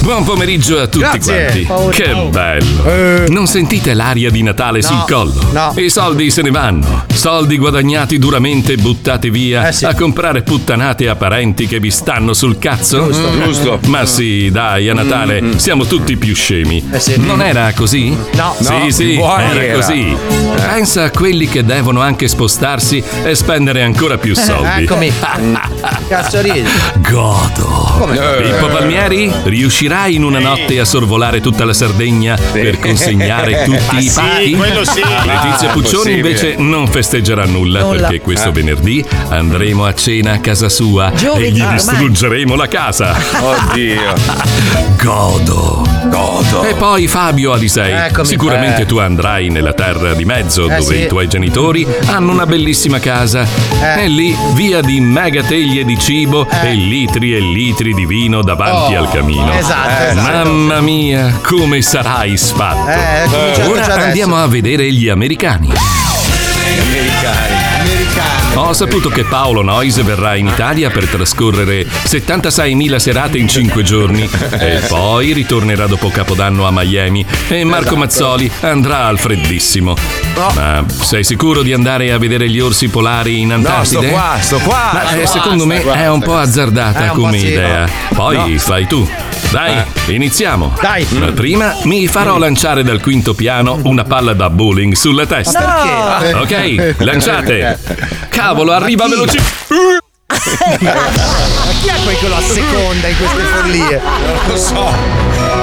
Buon pomeriggio a tutti Grazie. quanti. Che bello. Non sentite l'aria di Natale Eh. No, sul collo? no. I soldi se ne vanno. Soldi guadagnati duramente buttati via Eh sì. a comprare puttanate a parenti che vi stanno sul cazzo? Giusto. Mm. Giusto. Mm, Ma sì, dai, a Natale siamo tutti più scemi. Non era così? Eh, No. Sì, No, sì, buoni era, era. così. Eh. Pensa a quelli che devono anche spostarsi e spendere ancora più soldi. Ah, Eccomi. Cazzo ridi. Godo. Pippo Palmieri, riuscirai in una notte a sorvolare tutta la Sardegna per Eh, consegnare tutti Ma i Ah, sì, pacchi? quello sì. Letizia Ah, Puccioni possibile. invece non festeggerà nulla, Nulla. perché questo Ah. venerdì andremo a cena a casa sua Giovedì, e gli ormai. distruggeremo la casa. Oddio. Godo. Godo. E poi Fabio Alisei. Eccomi. Sicuramente Eh. tu andrai nella terra di mezzo Eh, dove sì. i tuoi genitori hanno una bellissima casa. Eh. E lì via di mega teglie di cibo e litri e litri di vino davanti Oh, al camino. esatto, Eh, esatto. Mamma mia, come sarai sfatto. Eh, cominciamo già Ora adesso. andiamo a vedere gli americani. Americani. Americani. Ho saputo che Paolo Noyes verrà in Italia per trascorrere 76.000 serate in 5 giorni e poi ritornerà dopo Capodanno a Miami e Marco Esatto. Mazzoli andrà al freddissimo. Ma sei sicuro di andare a vedere gli orsi polari in Antartide? sto qua, sto qua, Ma, sto eh, qua, secondo sto me qua, è un sto po' qua. azzardata È un po' come sì, no. idea. Poi No. Eh. fai tu. Dai, iniziamo. Dai. Ma prima mi farò lanciare dal quinto piano una palla da bowling sulla testa. Ma perché? Eh. Ok, lanciate. Cavolo, arriva veloci. Ma chi è poi che lo asseconda in queste follie? Non lo so.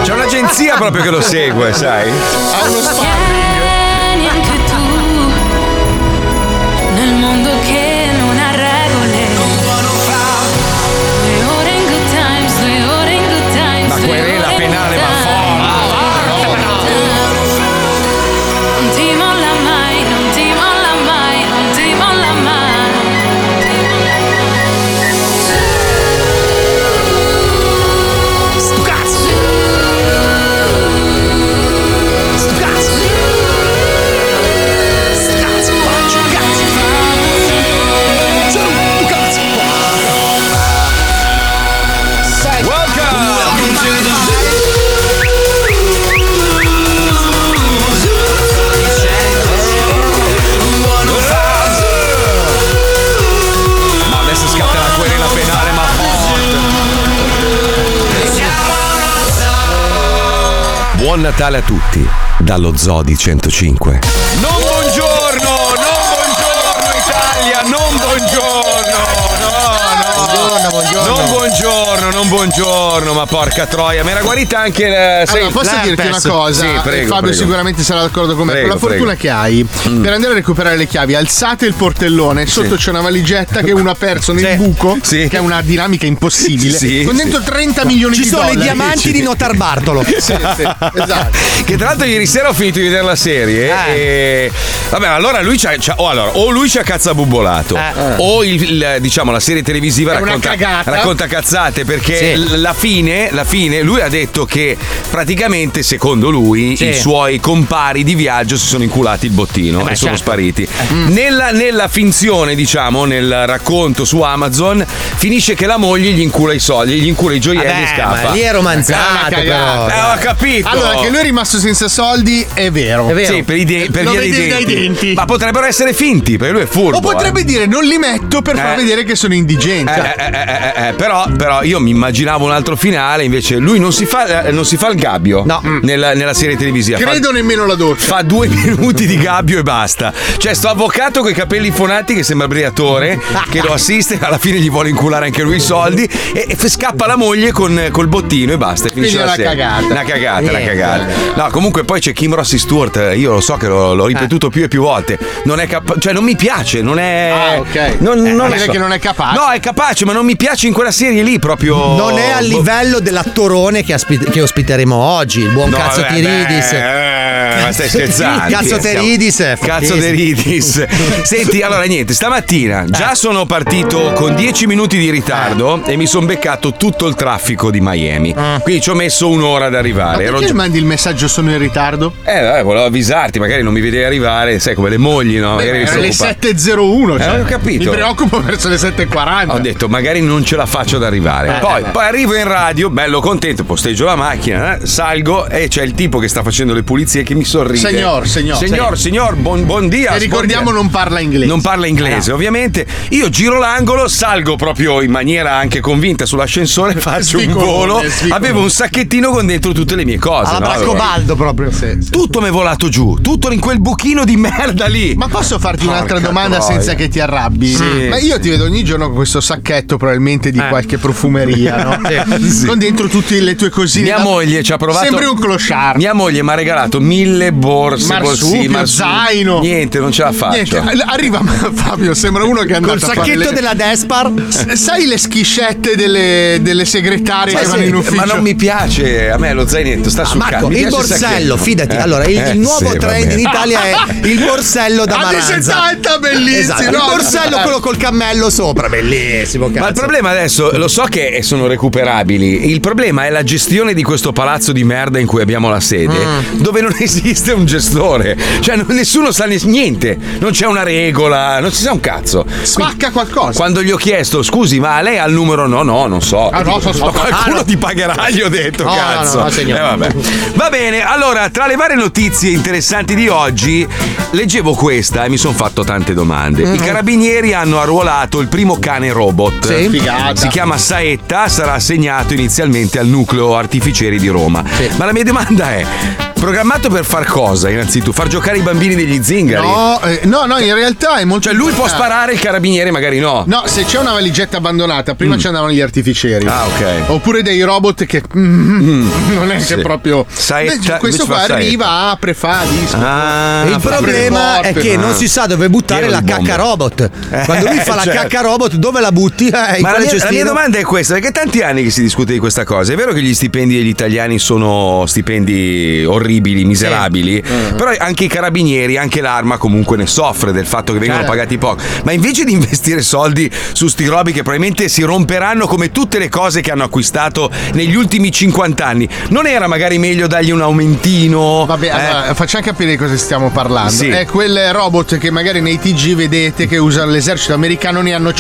C'è un'agenzia proprio che lo segue, sai? Ha uno Vieni anche tu nel mondo che non ha regole. Due ore in good times, due ore in good times. La due querela ore in penale good va times. Non ti molla mai, non ti molla mai, non ti molla mai. Sto cazzo. Sto cazzo. Sto cazzo, faccio un cazzo. Sono un cazzo. Welcome to the Ma adesso scatta la querela penale, ma boh. forte. Buon Natale a tutti, dallo Zoo di 105. Non buongiorno, non buongiorno Italia, non buongiorno. No, no. Buongiorno, buongiorno. Non buongiorno, non buongiorno, ma porca troia, mi era guarita anche. eh, sai- Allora, posso l'herpes? dirti una cosa? Sì, prego, E Fabio prego. sicuramente sarà d'accordo con me. Prego, Con la fortuna prego. Mm. che hai, per andare a recuperare le chiavi, alzate il portellone, sotto c'è una valigetta che uno ha perso nel buco, che è una dinamica impossibile, Sì, con sì. dentro 30 milioni Ci di sono i dollari. diamanti di Notar Bartolo. sì, sì, esatto. Che tra l'altro ieri sera ho finito di vedere la serie. Ah. E... Vabbè, allora lui c'ha, c'ha- o, allora, o lui ci ha cazzabubbolato, Ah. o il, il, diciamo la serie televisiva È una racconta, cagata. racconta cazzate perché Sì. l- la, fine, la fine, lui ha detto che praticamente, secondo lui, Sì. i suoi compari di viaggio si sono inculati il bottino beh, e sono certo. spariti. Mm. Nella, nella finzione, diciamo, nel racconto su Amazon, finisce che la moglie gli incula i soldi, gli incula i gioielli Vabbè, e scappa. ma lì è romanzato, È una però, cagata. Eh, ho capito. Allora, che lui è rimasto senza soldi, è vero. Sì, per, i de- per Lo via dei vedevi dai denti. denti. Ma potrebbero essere finti, perché lui è furbo. O potrebbe eh. dire non li metto per far Eh. vedere che sono indigente. Eh, eh, eh, eh, eh, però, però io mi immaginavo un altro finale, invece lui non si fa, eh, non si fa il gabbio nella, nella serie televisiva. Fa- Credo nemmeno la doccia. Fa due minuti di gabbio e basta. Cioè, sto avvocato con i capelli fonati che sembra Briatore, che lo assiste, alla fine gli vuole inculare anche lui i soldi e, e f- scappa la moglie con, col bottino e basta. e finisce Quindi la è una serie. cagata. Eh. Una cagata, una Niente. cagata. No, comunque poi c'è Kim Rossi Stewart, io lo so che lo- l'ho ripetuto più e più volte. Non è capa- cioè non mi piace, non è. Ah, ok. Non, Eh, non vuol dire che non è capace. No, è capace, ma non mi piace in quella serie lì proprio. Non è al Boh. livello dell'attorone che, aspi- che ospiteremo oggi, il buon No, cazzo vabbè, Tiridis. beh, eh, ma stai scherzando? Cazzo te ridi, se- Cazzo te ridis. eh, Senti, allora niente, stamattina già sono partito con 10 minuti di ritardo e mi sono beccato tutto il traffico di Miami. Quindi ci ho messo un'ora ad arrivare. Ero Perché già- mandi il messaggio sono in ritardo? Eh, vabbè, volevo avvisarti, magari non mi vedevi arrivare, sai come le mogli, no? Magari eri Era le preoccupata. 7.01. Cioè, Eh, ho capito. Mi preoccupo verso le 7.40. Ho detto, magari non ce la faccio ad arrivare. Eh, poi, vabbè. poi arrivo in radio, bello contento, posteggio la macchina, eh, salgo e c'è il tipo che sta facendo le pulizie che mi sorride. Signor, signor. Signor, signor, buon, buon dia. E ricordiamo, buon dia. non parla inglese. Ah. Non parla inglese, ovviamente. Io giro l'angolo, salgo proprio in maniera anche convinta sull'ascensore, faccio Sficolone, un volo. sficolone. Avevo un sacchettino con dentro tutte le mie cose. Alla no? Allora, Bracobaldo proprio. tutto mi è volato giù, tutto in quel buchino di merda lì. Ma posso farti un'altra Porca domanda troia. senza che ti arrabbi? Sì. Mm. Ma io ti vedo ogni giorno con questo sacchetto, probabilmente di Eh. qualche profumeria, no? Sì. Con dentro tutte le tue cosine. Mia Ma- moglie ci ha provato. Sembri un clochard. Mia moglie mi ha regalato mille borse, Marsupio, borsini, marsupi. zaino. Niente, non ce la faccio. Niente, arriva Fabio, sembra uno che è andato Col a fare sacchetto le- della Despar. Sai le schiscette delle, delle segretarie Ma che sì, vanno in ufficio? Ah, ma non mi piace a me lo zainetto, sta sul Marco, cazzo. Mi il piace borsello, sacchetto. fidati. Eh, Allora, il, il eh, nuovo sì, trend vabbè. in Italia è il borsello da Anni Maranza. 70 bellissimo. Esatto, il no? borsello quello col cammello sopra, bellissimo. Cazzo. Ma il problema adesso, lo so che sono recuperabili, il problema è la gestione di questo palazzo di merda in cui abbiamo la sede, Mm. dove non esiste un gestore, cioè non- nessuno sa ne- niente, non c'è una regola, non si sa un cazzo. spacca qualcosa. Quando gli ho chiesto, scusi, ma lei ha il numero? No, no, non so. Ah, no, so, so. Ma qualcuno Ah, no. ti pagherà, gli ho detto, No, no, cazzo. no, no, signor. Eh, vabbè. Va bene, allora, tra le varie notizie interessanti di oggi, leggevo questa e mi sono fatto tante domande. Mm-hmm. I carabinieri hanno arruolato il primo cane robot. Sì. Figata. Si chiama Saetta, sarà assegnato inizialmente al nucleo artificieri di Roma. Ma la mia domanda è: programmato per far cosa? Innanzitutto, far giocare i bambini degli zingari? No, eh, no, no, in realtà è molto. Cioè, lui può importante. sparare, il carabiniere magari no. Mm. No, se c'è una valigetta abbandonata, prima ci andavano gli artificieri. Ah, ok. Oppure dei robot che. mm, non è sì. che proprio. Saetta- Invece cioè, invece questo qua fa saetta. arriva, apre, fa, disco. Ah, il problema apre è le che porte, non si sa dove buttare Pieno la di bombe. cacca robot. Quando lui fa la certo. cacca robot, dove la butti? Eh, in Ma la quale mia, la cestino? mia domanda è questa, perché è tanti anni che si discute di questa cosa. È vero che gli stipendi degli italiani sono stipendi orribili, miserabili, Mm-hmm. però anche i carabinieri, anche l'arma comunque ne soffre del fatto che vengono Certo. pagati poco. Ma invece di investire soldi su sti robi che probabilmente si romperanno come tutte le cose che hanno acquistato negli ultimi 50 anni, non era magari meglio dargli un aumentino? Vabbè, Eh? allora, facciamo capire di cosa stiamo parlando. Eh, Sì. È quel robot che magari nei TG vedete che usano l'esercito americano, ne hanno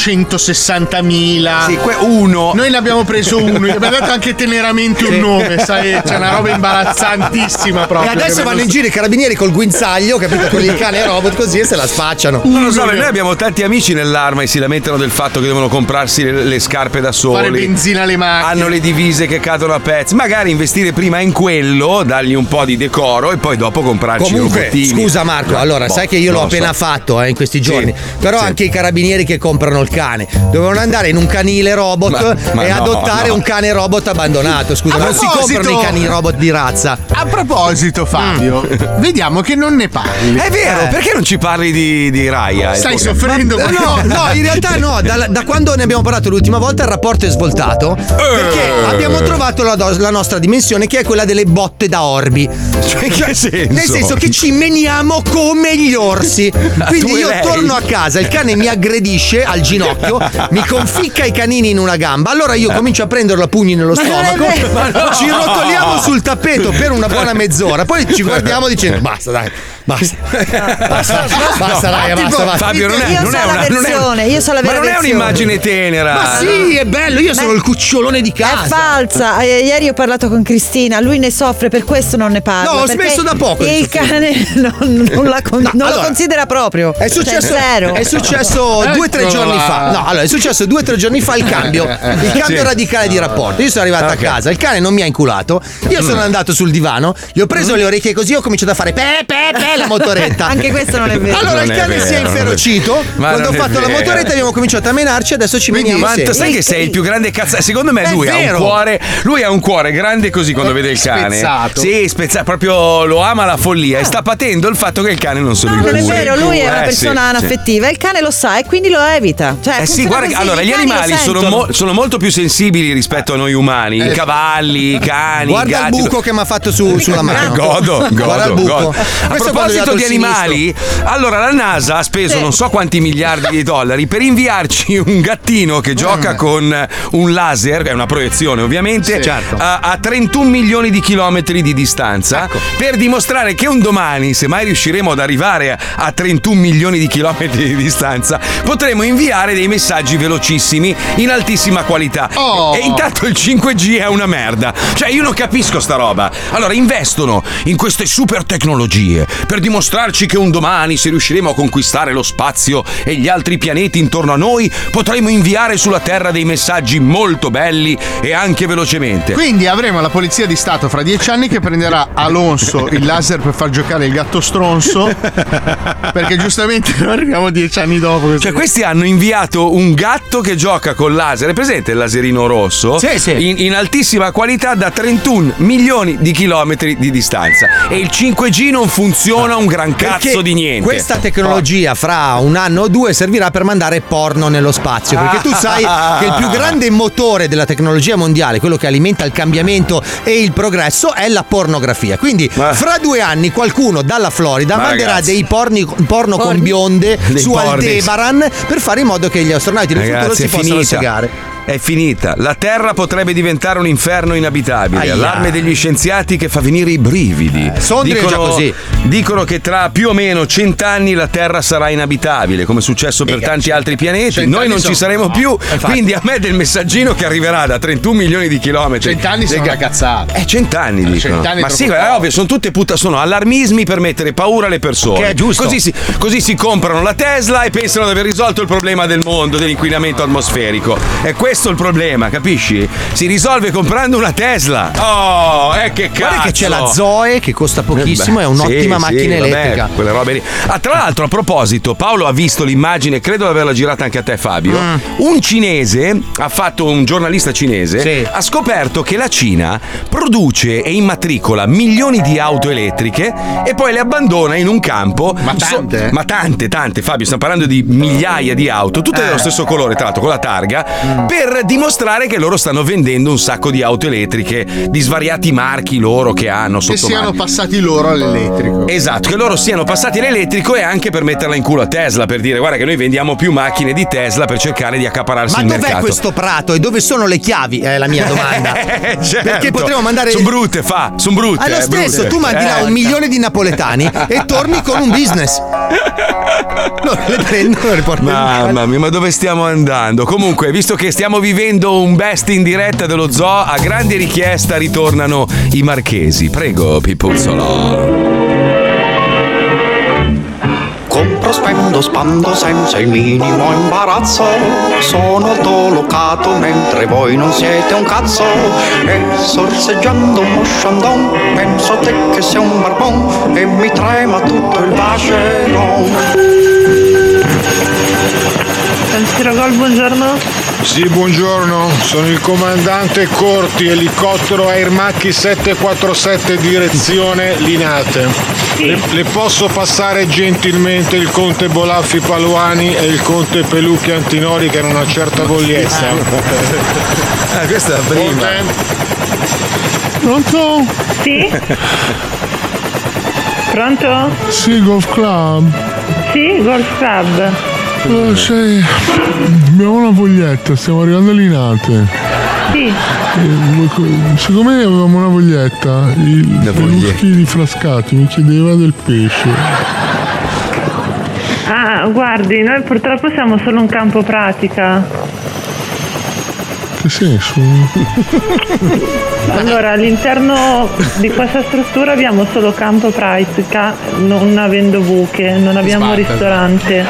160.000. Sì, que- uno. Noi ne abbiamo preso uno, gli abbiamo dato anche teneramente un nome, sai? C'è una roba imbarazzantissima E proprio. adesso che vanno non in giro i carabinieri col guinzaglio, capito? Con il cane robot così e se la sfacciano. Non lo so, noi abbiamo tanti amici nell'arma e si lamentano del fatto che devono comprarsi le, le scarpe da so Fare soli. benzina alle macchine. Hanno le divise che cadono a pezzi. Magari investire prima in quello, dargli un po' di decoro e poi dopo comprarci i Comunque, robottini. scusa Marco, allora boh, sai che io non l'ho lo appena so. fatto eh, in questi giorni, però sì. anche i carabinieri che comprano il cane dovevano andare in un canile robot Ma- ma e no, adottare no. un cane robot abbandonato. Scusa, A non si proposito- comprano i cani robot di razza. A proposito, Fabio, Mm. vediamo che non ne parli. È vero, perché non ci parli di, di Raya? Stai Eh, soffrendo Eh, con- No, no, in realtà no, da, da quando ne abbiamo parlato l'ultima volta il rapporto è svoltato perché Eh. abbiamo trovato la, dos- la nostra dimensione che è quella delle botte da orbi. Cioè, in che senso? Nel senso che ci meniamo come gli orsi. Quindi Tu e io lei? torno a casa, il cane mi aggredisce al ginocchio, mi conficca i canini in una gamba. Allora io comincio a prenderlo a pugni nello stomaco, ci rotoliamo sul tappeto per una buona mezz'ora, poi ci guardiamo dicendo basta dai, basta. Basta, basta, dai, basta, basta. Fabio, non è, Io non so è la una non è- versione, io so la Ma vera non è versione. un'immagine tenera. Ma sì, è bello, io sono Ma- il cucciolone di È casa. falsa. Eh, Ieri ho parlato con Cristina, lui ne soffre, per questo non ne parla. No, ho perché smesso da poco di Il cane non, non la con- non allora, lo considera proprio. È successo, Cioè, zero. è successo due o tre Eccola. giorni fa. No, allora è successo due o tre giorni fa il cambio. Il cambio Eh, Sì. radicale di rapporto. Io sono arrivato a casa, il cane non mi ha inculato. Io Mm. sono andato sul divano, gli ho preso le orecchie così, ho cominciato a fare pe pe pe la motoretta. Anche questo non è vero. Allora Non il è cane vero, si è non è vero. inferocito. Ma Quando ho non è fatto la vero. motoretta abbiamo cominciato a menarci, adesso ci veniamo. Ma sempre. sai che sei il più grande cazzo. eh, Secondo me È lui ha vero. un cuore. Lui ha un cuore grande così Eh, quando vede il cane. Spezzato. Sì, spezzato, proprio lo ama la follia e sta patendo il fatto che il cane non se lo No, non è incula. vero, lui è una Eh, sì, persona sì. anaffettiva, il cane lo sa e quindi lo evita. Cioè, Eh sì, funziona guarda, che- così, allora i gli cani lo animali sono, sentono. Eh. mo- sono molto più sensibili rispetto a noi umani, i cavalli, i cani, i Guarda il gatti. buco che mi ha fatto su- sulla Godo, godo, Guarda il buco. godo. A Questo è quando gli ha proposito dato di il animali, allora la NASA ha speso non so quanti miliardi di dollari per inviarci un gattino che gioca con un laser, è una proiezione ovviamente, a, a 31 milioni di chilometri di distanza, per dimostrare che un domani, se mai riusciremo ad arrivare a, a 31 milioni di chilometri di distanza, potremo inviare dei messaggi velocissimi in altissima qualità. Oh. E intanto il 5G è una merda. Cioè, io non capisco sta roba. Allora, investono in queste super tecnologie per dimostrarci che un domani, se riusciremo a conquistare lo spazio e gli altri pianeti intorno a noi, potremo inviare sulla Terra dei messaggi molto belli e anche velocemente. Quindi avremo la polizia di Stato fra dieci anni che prenderà Alonso il laser per far giocare il gatto stronzo. Perché giustamente noi arriviamo dieci anni dopo. Cioè, questi hanno inviato un gatto che gioca col laser. È presente il laserino rosso? Sì, sì. In, in altissima qualità da 31 milioni di chilometri di distanza. E il 5G non funziona un gran cazzo Perché di niente. Questa tecnologia fra un anno o due servirà per mandare porno nello spazio. Perché tu sai Ah. che il più grande motore della tecnologia mondiale, quello che alimenta il cambiamento e il progresso, è la pornografia. Quindi, Eh. fra due anni qualcuno dalla Florida Ma manderà ragazzi. dei porni- porno con bionde Dei su pornis. Aldebaran per fare in modo che gli astronauti del futuro Ragazzi, si è possano finita. segare. È finita. La Terra potrebbe diventare un inferno inabitabile. Aia. Allarme degli scienziati che fa venire i brividi. Eh, Sondrio è già così. dicono che tra più o meno cent'anni la Terra sarà inabitabile, come è successo per cioè, tanti altri pianeti. Noi non ci saremo più. Quindi a me del messaggino che arriverà da 31 milioni di chilometri. Cent'anni sono una cazzata. Eh, cent'anni dicono. cent'anni Ma è sì, troppo è poco. ovvio, sono tutte puta, sono allarmismi per mettere paura alle persone. Che è giusto. Così si, così si comprano la Tesla e pensano di aver risolto il problema del mondo, dell'inquinamento atmosferico. È questo il problema, capisci? Si risolve comprando una Tesla. Oh, eh che cazzo. Eh, Guarda che c'è la Zoe che costa pochissimo, Beh, è un'ottima sì, macchina sì, vabbè, elettrica. quelle robe lì. Ah, tra l'altro, a proposito, Paolo ha visto l'immagine, credo di averla girata anche a te, Fabio. Mm. Un cinese ha fatto, un giornalista cinese, ha scoperto che la Cina produce e immatricola milioni di auto elettriche e poi le abbandona in un campo. Ma tante? eh? ma tante, tante, Fabio, stiamo parlando di migliaia di auto, tutte Eh. dello stesso colore, tra l'altro, con la targa, Mm. per dimostrare che loro stanno vendendo un sacco di auto elettriche di svariati marchi loro che hanno Che sotto siano mano. passati loro all'elettrico. Esatto, che loro siano passati all'elettrico e anche per metterla in culo a Tesla, per dire guarda che noi vendiamo più macchine di Tesla per cercare di accapararsi Ma il dov'è mercato. questo prato e dove sono le chiavi? È la mia domanda. Certo. Perché potremmo mandare. Sono brutte, fa, sono brutte. È lo eh, stesso, brutte. tu mandi là Eh. un milione di napoletani e torni con un business. Loro le prendono e le portano. Eh. Mamma mia, ma dove stiamo andando? Comunque, visto che stiamo vivendo un best in diretta dello zoo, a grande richiesta ritornano i marchesi. Prego, Pipuzzolo. Compro, spendo, spando senza il minimo imbarazzo. Sono dolocato mentre voi non siete un cazzo. E sorseggiando un mosciandon, penso a te che sei un barbon e mi trema tutto il vacheron. Tiragol, buongiorno. Sì, buongiorno, sono il comandante Corti, elicottero Airmachi 747 direzione Linate. Le, le posso passare gentilmente il conte Bolaffi Paluani e il conte Pelucchi Antinori che hanno una certa vogliezza. Ah, questa è la Pronto? Sì? Pronto? Sì, Golf Club. Sì, Golf Club. Eh, sei... Abbiamo una voglietta, stiamo arrivando a Linate. Sì. Eh, voi co- Siccome avevamo una voglietta, il Pelucchi di Frascati mi chiedeva del pesce. Ah, guardi, noi purtroppo siamo solo un campo pratica. Che senso? Allora, all'interno di questa struttura abbiamo solo campo pratica, non avendo buche, non abbiamo Sbatta. ristorante.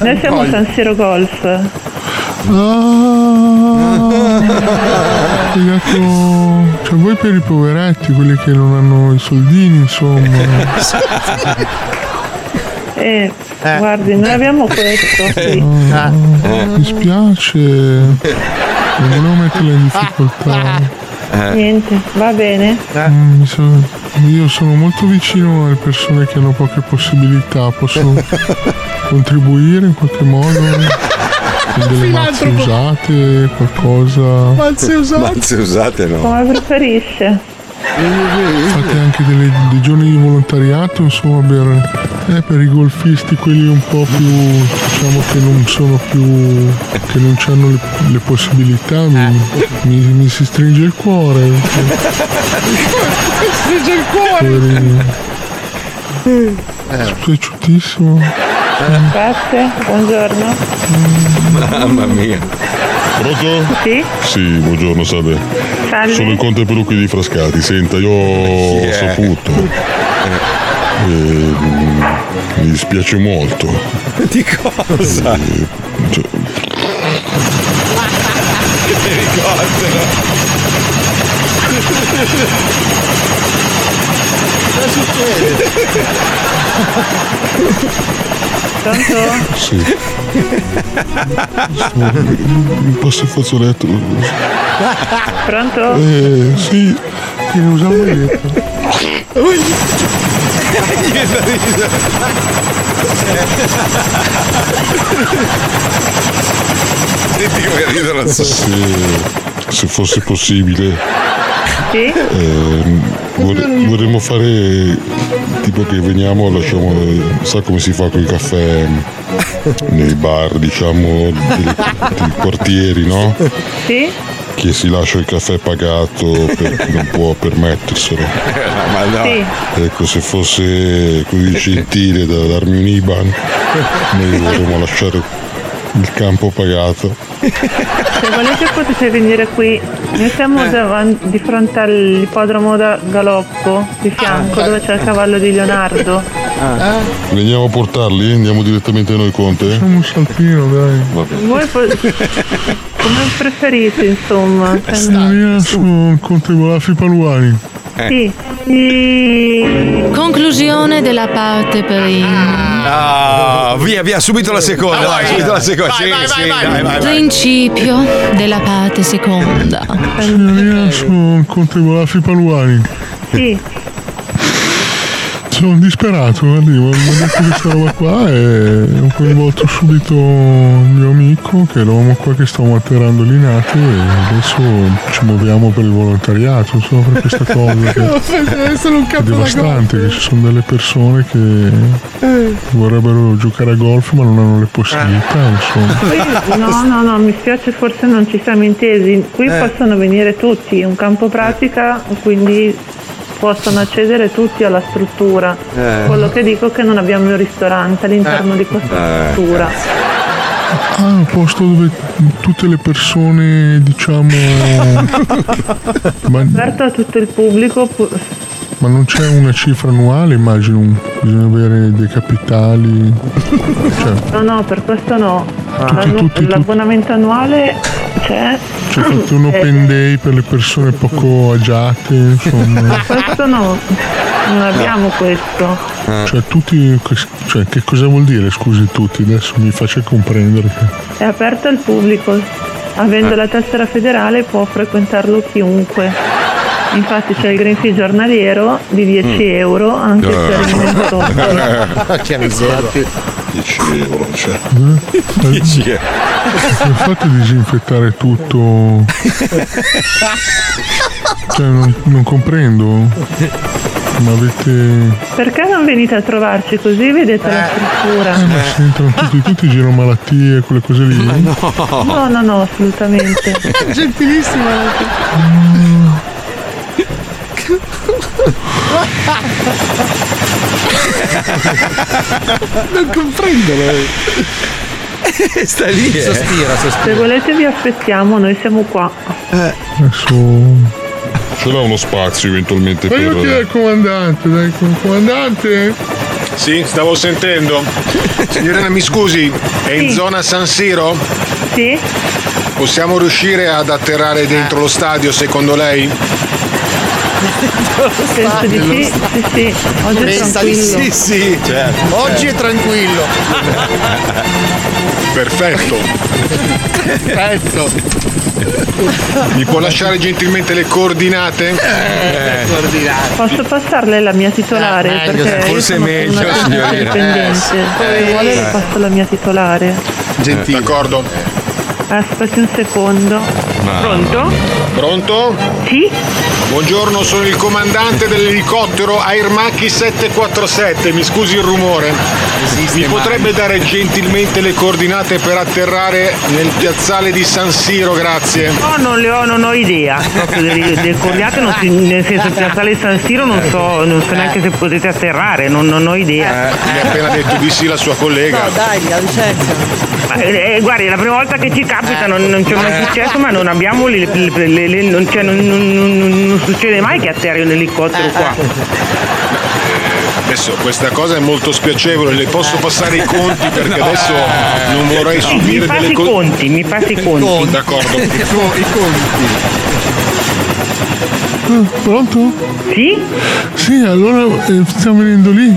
Noi siamo Voglio. San Siro Golf. Ah, spiegato- Cioè voi per i poveretti, quelli che non hanno i soldini, insomma. Eh, guardi, noi abbiamo questo, sì. Ah, Mi spiace. Non volevo metterla in difficoltà. Niente, va bene. Mm, mi sono- io sono molto vicino alle persone che hanno poche possibilità, posso contribuire in qualche modo? delle mazze Filantropo. usate, qualcosa. Mazze usate? Mazze usate no. Come preferisce. Fate anche delle- dei giorni di volontariato, insomma, per, eh, per i golfisti, quelli un po' più, diciamo, che non sono più, che non hanno le, le possibilità, mi, mi- mi si stringe il cuore. Stringe il cuore. Poverino. Piaciutissimo. Grazie, buongiorno. Mamma mia. Pronto? Sì? Sì, buongiorno Salve. Salve. Sono il conte Pelucchi di Frascati. Senta, io ho eh. saputo. E, mm, mi dispiace molto. Eh, cioè, Di cosa? Cosa succede? Sì. Sono un po' fazzoletto. Pronto? Eh, sì, che ne usiamo io. Senti come ridono Se, Eh, se fosse possibile, Sì? eh, vorre- vorremmo fare tipo che veniamo, lasciamo, eh, sa come si fa con il caffè nei bar, diciamo, dei, dei quartieri, no? Sì? Che si lascia il caffè pagato per chi non può permetterselo. Ma no. Sì. Ecco, se fosse così gentile da darmi un IBAN, noi vorremmo lasciare il campo pagato. Se volete potete venire qui. Noi siamo davan- di fronte all'ippodromo da Galoppo, di fianco, dove c'è il cavallo di Leonardo. Ah. Veniamo a portarli? eh? Andiamo direttamente noi, Conte? Un saltino, dai. Voi po- come preferite, insomma. Io sono il conte Golafi Paluani. Eh. Eh. Sì. Mm. Conclusione della parte prima. Ah, via, via, subito la seconda. Vai, subito la seconda. Sì, sì, dai, vai, vai. Principio della parte seconda. Io sono il conte Golafi Paluani. Sì. Sono disperato, guardi, mi hanno detto questa roba qua e ho coinvolto subito il mio amico che è l'uomo qua che sta matterando l'inate e adesso ci muoviamo per il volontariato, insomma per questa cosa che Deve essere un è devastante, che ci sono delle persone che vorrebbero giocare a golf ma non hanno le possibilità, Poi- insomma. No, no, no, mi spiace, forse non ci siamo intesi. Qui Eh. possono venire tutti, un campo pratica, quindi possono accedere tutti alla struttura. Eh. Quello che dico è che non abbiamo il ristorante all'interno di questa Eh, struttura. Ah, un posto dove tutte le persone, diciamo... ma, Aperto a tutto il pubblico, pu- ma non c'è una cifra annuale, immagino. Bisogna avere dei capitali. Cioè, no, no, per questo no. Ah, Tutti, L'annu- tutti, tutti. l'abbonamento annuale c'è. Eh, Cioè, fate un open day per le persone poco agiate, insomma. Questo no, non abbiamo questo. Cioè, tutti. Cioè, che cosa vuol dire, scusi tutti? Adesso mi faccia comprendere. che- È aperto al pubblico. Avendo Eh. la tessera federale può frequentarlo chiunque. Infatti c'è il green fee giornaliero di 10 Mm. euro anche se Eh. alimento solo. che miseria. 10 euro, cioè. Eh? Non Cioè, fate disinfettare tutto. Cioè, non, non comprendo. Ma avete. Perché non venite a trovarci così vedete la struttura? Eh, ma se entrano tutti, tutti girano malattie, quelle cose lì. No, no, no, assolutamente. Gentilissima. Non comprendo lei. Sta lì. eh. Se volete vi aspettiamo, noi siamo qua. Ce l'ha uno spazio eventualmente Ma io ti per. dai il comandante, dai, com- comandante. Sì, stavo sentendo. Signorina, mi scusi, è in zona San Siro? Sì. Possiamo riuscire ad atterrare dentro lo stadio, secondo lei? Penso di sì, sì, sì. Oggi è Pensa di tranquillo. sì, sì. certo. Oggi è tranquillo. Perfetto. Perfetto. Mi può lasciare gentilmente le coordinate? Eh, Posso passarle la mia titolare? Ah, meglio, perché io forse sono meglio, una persona signorina. dipendente. Eh, sì. Se vuole le Eh. passo la mia titolare. Gentile. D'accordo. Aspetti un secondo. Pronto? Pronto? Sì. Buongiorno, sono il comandante dell'elicottero Airmachi 747. Mi scusi il rumore. Mi potrebbe dare gentilmente le coordinate per atterrare nel piazzale di San Siro, grazie. No, non le ho, non ho idea. Proprio delle, delle coordinate, non si- Eh. nel senso, piazzale San Siro non so, non so neanche se potete atterrare, non, non ho idea. Eh, Mi ha appena detto di sì la sua collega. dai, la licenza. eh, guardi, è la prima volta che ci Eh. capita, non, non c'è mai successo, ma non abbiamo le, le- le- le- non, c'è- non- non- non- non succede mai che atterri un elicottero qua. Adesso questa cosa è molto spiacevole, le posso passare i conti perché adesso non Eh. vorrei subire mi passi delle i co- conti, mi passi i conti. D'accordo. Eh, pronto? Sì? Sì, allora eh, stiamo venendo lì.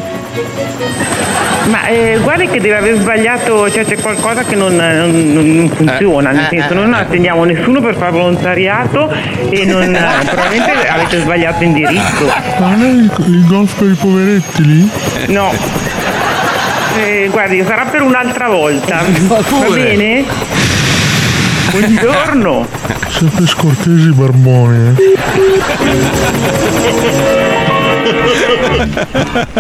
Ma eh, guarda che deve aver sbagliato, cioè c'è qualcosa che non, non- non funziona, nel Eh, senso eh, non eh. attendiamo nessuno per fare volontariato e non, eh, probabilmente avete sbagliato indirizzo. Ma non è il, il golf per i poveretti lì? No. Eh, guardi, sarà per un'altra volta. Va pure. bene? Buongiorno. Sempre scortesi i barboni, eh.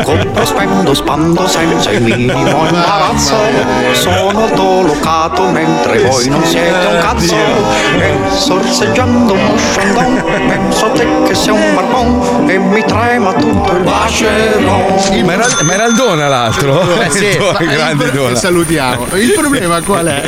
Compro, spendo, spando senza il minimo imbarazzo Sono dolocato mentre voi non siete un cazzo E sorseggiando uno sciandon Penso te che sei un barbon E mi trema tutto il vascello Ma era, ma era il Dona l'altro? Eh, Sì, il tuo ma il grande pro- Dona. salutiamo. Il problema qual è?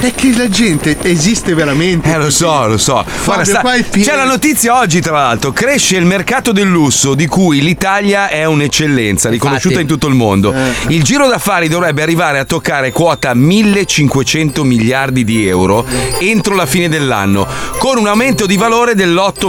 È che la gente esiste veramente. Eh, lo so, lo so. Guarda, sta- qua è pieno. c'è la notizia oggi, tra l'altro. Cresce il mercato del lusso, di cui l'Italia è un'eccellenza, riconosciuta in tutto il mondo. Eh. Il giro d'affari dovrebbe arrivare a toccare quota 1500 miliardi di euro entro la fine dell'anno, con un aumento di valore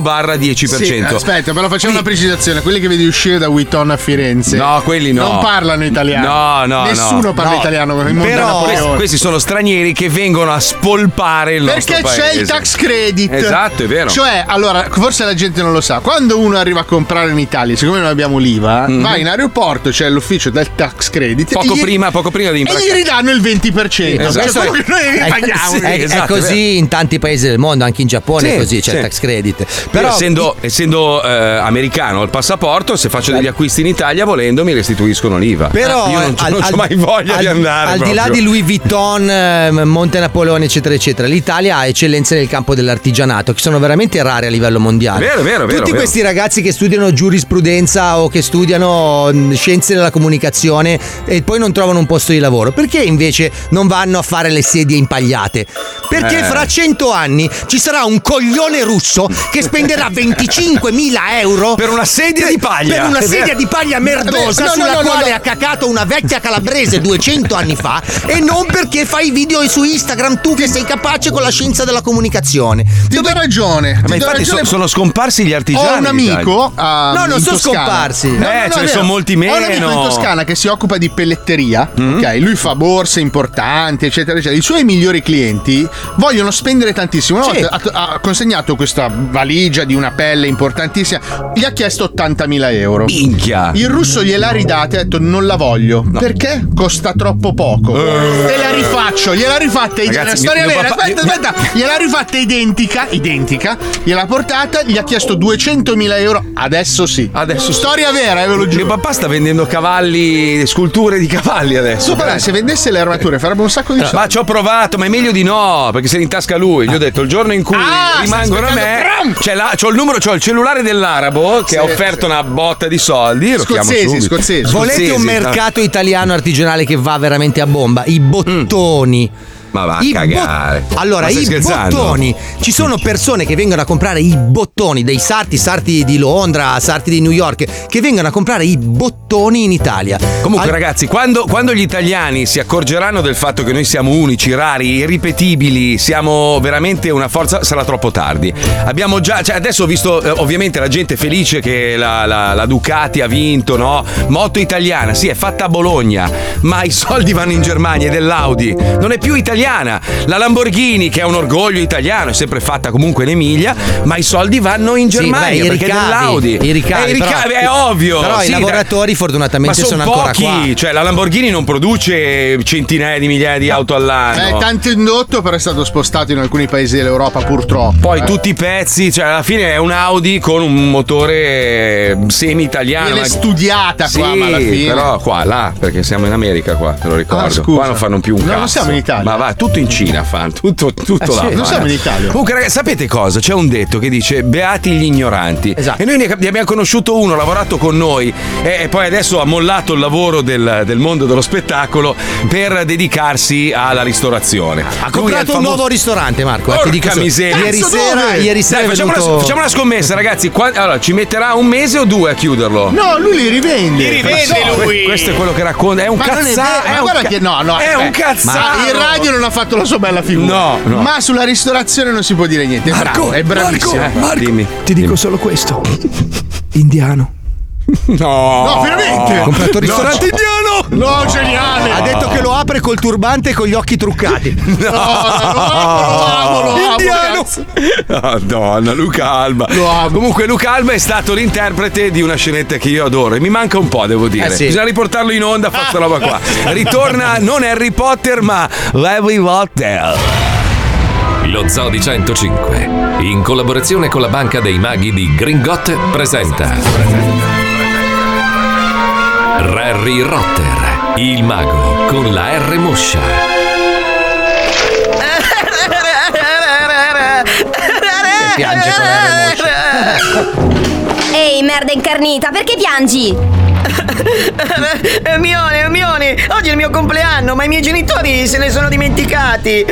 dell'8-10%. Sì, aspetta, però facciamo una precisazione. Quelli che vedi uscire da Witton a Firenze. No, quelli no. Non parlano italiano. No, no, no. Nessuno parla No. italiano. in mondo Però Napoleone. questi, questi sono stranieri che vengono a spolpare il nostro Perché paese. c'è il tax credit. Esatto, è vero. Cioè, allora, forse la gente non lo sa. Quando uno arriva a comprare in Italia, siccome non abbiamo l'IVA, Mhm. va in aeroporto, c'è l'ufficio del tax credit. poco e gli- prima, poco prima E di gli imbarcare. ridanno il 20%. Esatto. Cioè, quello che noi paghiamo. Sì, è, esatto, è è così in tanti paesi del mondo, anche in Giappone è Sì, così, c'è sì. il tax credit. Però Però essendo, essendo, eh, americano al passaporto, se faccio degli acquisti in Italia, volendo mi restituiscono l'IVA. Però io non, c'ho- al- non c'ho al- mai voglia di al- andare. Al di là proprio. di Louis Vuitton, eh, Monte Napoleone, eccetera, eccetera, l'Italia ha eccellenze nel campo dell'artigianato, che sono veramente rare a livello mondiale. Vero, vero, vero, Tutti vero. questi ragazzi che studiano giurisprudenza o che studiano mh, scienze della comunicazione e poi non trovano un posto di lavoro, perché invece non vanno a fare le sedie impagliate? Perché Eh. fra 100 anni ci sarà un coglione russo che spenderà 25.000 euro per una sedia di paglia. Per una È sedia vero. Eh, di paglia merdosa No, no, sulla no, no, quale no. ha cacato una vecchia calabrese 200 anni fa e non perché fai video su Instagram tu che sei capace con la scienza della comunicazione. Ti do ragione. Ma ti do infatti so- ragione. sono scomparsi gli artigiani. Ho un in amico. Italia. ah, in Toscana. No, no, eh, no, ce è ne vero. sono molti Ho un amico in meno. Mm. Toscana che si occupa di pelletteria. Ok, lui fa borse importanti, eccetera, eccetera. I suoi migliori clienti vogliono spendere tantissimo. Una Sì. volta ha, ha consegnato questa valigia di una pelle importantissima. Gli ha chiesto 80.000 euro. Minchia. Il russo gliel'ha ridata e ha detto non la voglio. Perché? Costa troppo poco. Te la rifaccio, gliela rifatta Eh. Ragazzi, la mio- storia mio vera. papà- Aspetta, mio- aspetta, gliel'ha rifatta identica, identica, gliel'ha portata, gli ha chiesto 200.000 euro. Adesso sì. Adesso sì. storia vera, eh, ve lo Mio giuro. papà sta vendendo cavalli, sculture di cavalli adesso. Eh, Su, guarda, se vendesse le armature farebbe un sacco di soldi. Ma ci ho provato, ma è meglio di no, perché se ne intasca lui. Gli ho detto il giorno in cui Ah, rimangono a stai me. aspettando C'è la- c'ho il numero, c'ho il cellulare dell'arabo che Sì, ha offerto una botta di soldi. Lo chiamo subito. Volete un Scozzesi, no. mercato italiano artigianale che va veramente a bomba? I bottoni. Mm. Ma va a I bot- cagare. allora, Ma stai i scherzando? bottoni. Ci sono persone che vengono a comprare i bottoni dei sarti, sarti di Londra, sarti di New York, che vengono a comprare i bottoni in Italia. Comunque, ragazzi, quando, quando gli italiani si accorgeranno del fatto che noi siamo unici, rari, irripetibili, siamo veramente una forza, sarà troppo tardi. Abbiamo già, cioè, adesso ho visto eh, ovviamente la gente felice che la, la- la Ducati ha vinto, no? Moto italiana, sì, è fatta a Bologna, ma i soldi vanno in Germania ed è l'Audi, non è più italiana. La Lamborghini, che è un orgoglio italiano, è sempre fatta comunque in Emilia, ma i soldi vanno in Sì, Germania beh, i perché ricavi, è dell'Audi. i ricavi, Eh, però- ricavi, è ovvio. Però i sì, dai. lavoratori Ma fortunatamente sono sono ancora pochi, qua. cioè la Lamborghini non produce centinaia di migliaia di auto all'anno. È Eh, tanto indotto, però è stato spostato in alcuni paesi dell'Europa, purtroppo. eh. Poi tutti i pezzi, cioè alla fine è un Audi con un motore eh, semi-italiano. Viene ma- studiata sì, qua, ma alla fine. Però qua, là, perché siamo in America qua, te lo ricordo. Ah, scusa. qua non fanno più un No, cazzo. non siamo in Italia. Ma va, tutto in Cina fanno, tutto, tutto Eh là. sì, non fanno. siamo in Italia. Comunque ragazzi, sapete cosa? C'è un detto che dice beati gli ignoranti. Esatto. E noi ne ne abbiamo conosciuto uno, ha lavorato con noi e, e poi adesso ha mollato il lavoro del, del mondo dello spettacolo per dedicarsi alla ristorazione. Ha comprato un nuovo ristorante, Marco. eh, ti dico Porca solo. miseria. Ieri Cazzo, sera, dove? ieri sera Dai, è facciamo, una- venuto- facciamo una scommessa, ragazzi. Qua- allora, ci metterà un mese o due a chiuderlo? No, lui li rivende. Li rivende Ma so, lui. Questo è quello che racconta. È un Ma non è cazzaro, vero, è ma un guarda ca- che no, no, è un aspetta. cazzaro. Ma il radio non ha fatto la sua bella figura. No, no. Ma sulla ristorazione non si può dire niente. È bravo, è bravissimo. eh. Marco, Marco, ti dico solo questo. Indiano. No. No, veramente? Ha comprato il No. ristorante indiano. No, geniale. Ha detto che lo apre col turbante e con gli occhi truccati. No, lo amo, lo amo, Indiano. Madonna, Luca Alba. Comunque, Luca Alba è stato l'interprete di una scenetta che io adoro e mi manca un po', devo dire. Eh sì. Bisogna riportarlo in onda, fa sta roba qua. Ritorna non Harry Potter, ma Larry Potter. Lo Zoo di 105, in collaborazione con la Banca dei Maghi di Gringot, presenta Rarry Rotter, il mago con la R moscia. piange con Ehi, merda incarnita, perché piangi? Mione, Mione, oggi è il mio compleanno, ma i miei genitori se ne sono dimenticati.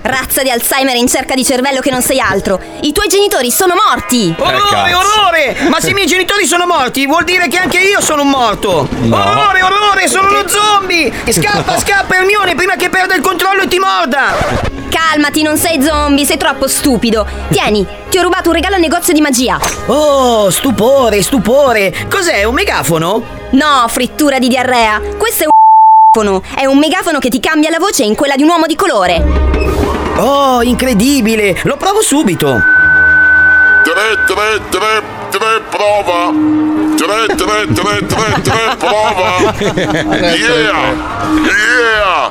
Razza di Alzheimer in cerca di cervello che non sei altro. I tuoi genitori sono morti. Orrore, orrore! Ma se i miei genitori sono morti, vuol dire che anche io sono un morto! No. Ah. Orrore, orrore, sono uno zombie! Scappa, No. scappa, Hermione, prima che perda il controllo e ti morda! Calmati, non sei zombie, sei troppo stupido. Tieni, ti ho rubato un regalo al negozio di magia. Oh, stupore, stupore! Cos'è, un megafono? No, frittura di diarrea. Questo è un megafono. È un megafono che ti cambia la voce in quella di un uomo di colore. Oh, incredibile! Lo provo subito! 3 3 3 3 prova 3 3 3 3 3 prova Yeah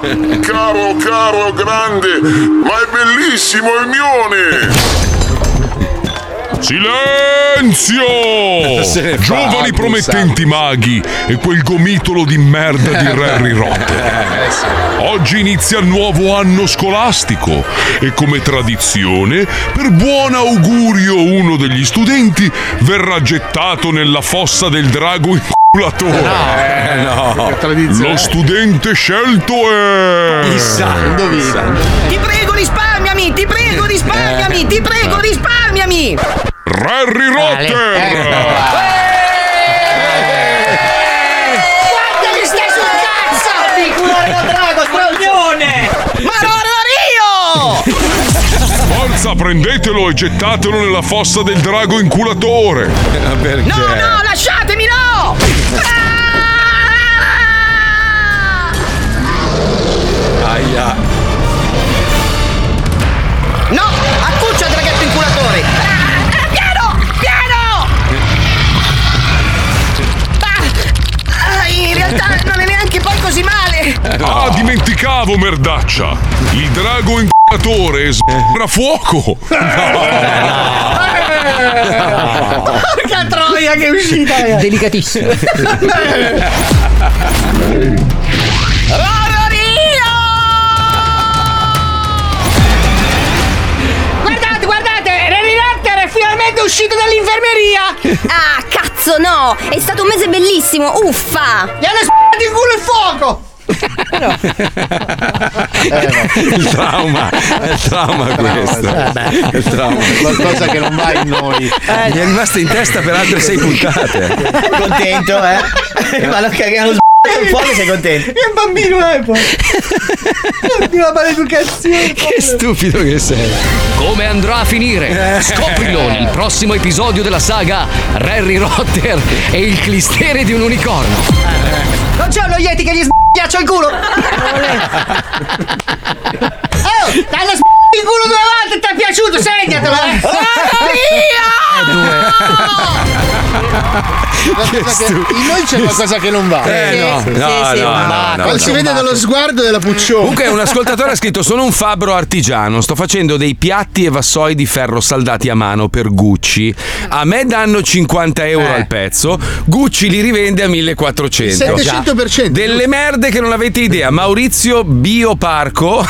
Yeah Caro caro grande Ma è bellissimo il mione Silenzio! Se ne fa, Giovani Guzzanti. promettenti maghi e quel gomitolo di merda di Harry Eh, Rotter. Oggi inizia il nuovo anno scolastico e come tradizione, per buon augurio uno degli studenti verrà gettato nella fossa del drago Eh, inculatore. no. Che tradizione. Lo studente scelto è... Ti prego, risparmiami! Ti prego, Eh. risparmiami! Ti prego, risparmiami! Harry Rotter! Eh. Guarda che stai sul cazzo! Figurano drago, coglione! Ma non ero io! Forza, prendetelo e gettatelo nella fossa del drago inculatore! Perché? No, no, lasciatemi, no! Aia. No, accuccia il draghetto inculatore! Ah, piano! Piano! Ah, ah, in realtà non è neanche poi così male! Eh, Ah, dimenticavo, merdaccia! Il drago inculatore sbra fuoco! Porca troia che è uscita! Delicatissimo. Eh, Guardate, guardate! Harry Potter è finalmente uscito dall'infermeria! Ah, cazzo no! È stato un mese bellissimo, uffa! Gli hanno sparato in culo il fuoco! Eh, il trauma, è il trauma questo. È il trauma. Qualcosa che non va in noi. Mi è rimasta in testa per altre sei puntate. Contento, eh? Ma lo cagano s***o un po' e sei contento. Che bambino è poi? Continua a maleducazione. Che stupido che sei. Come andrà a finire? Scoprilo nel prossimo episodio della saga Harry Rotter e il clistere di un unicorno. Non c'è uno Yeti che gli sghiaccia il culo. Oh, dai lo sghiaccia il culo due volte, ti è piaciuto, segnatelo. eh. Eh, Che stu- in noi c'è qualcosa che non va. Eh, no, Sì, no, sì, sì, no, ma- no, ma no, quando no, si no. vede dallo sguardo della Puccioni. Comunque un ascoltatore ha scritto Sono un fabbro artigiano, sto facendo dei piatti e vassoi di ferro saldati a mano per Gucci. A me danno 50 euro Eh. al pezzo, Gucci li rivende a 1400. 700%. Delle merde che non avete idea. Maurizio Bioparco.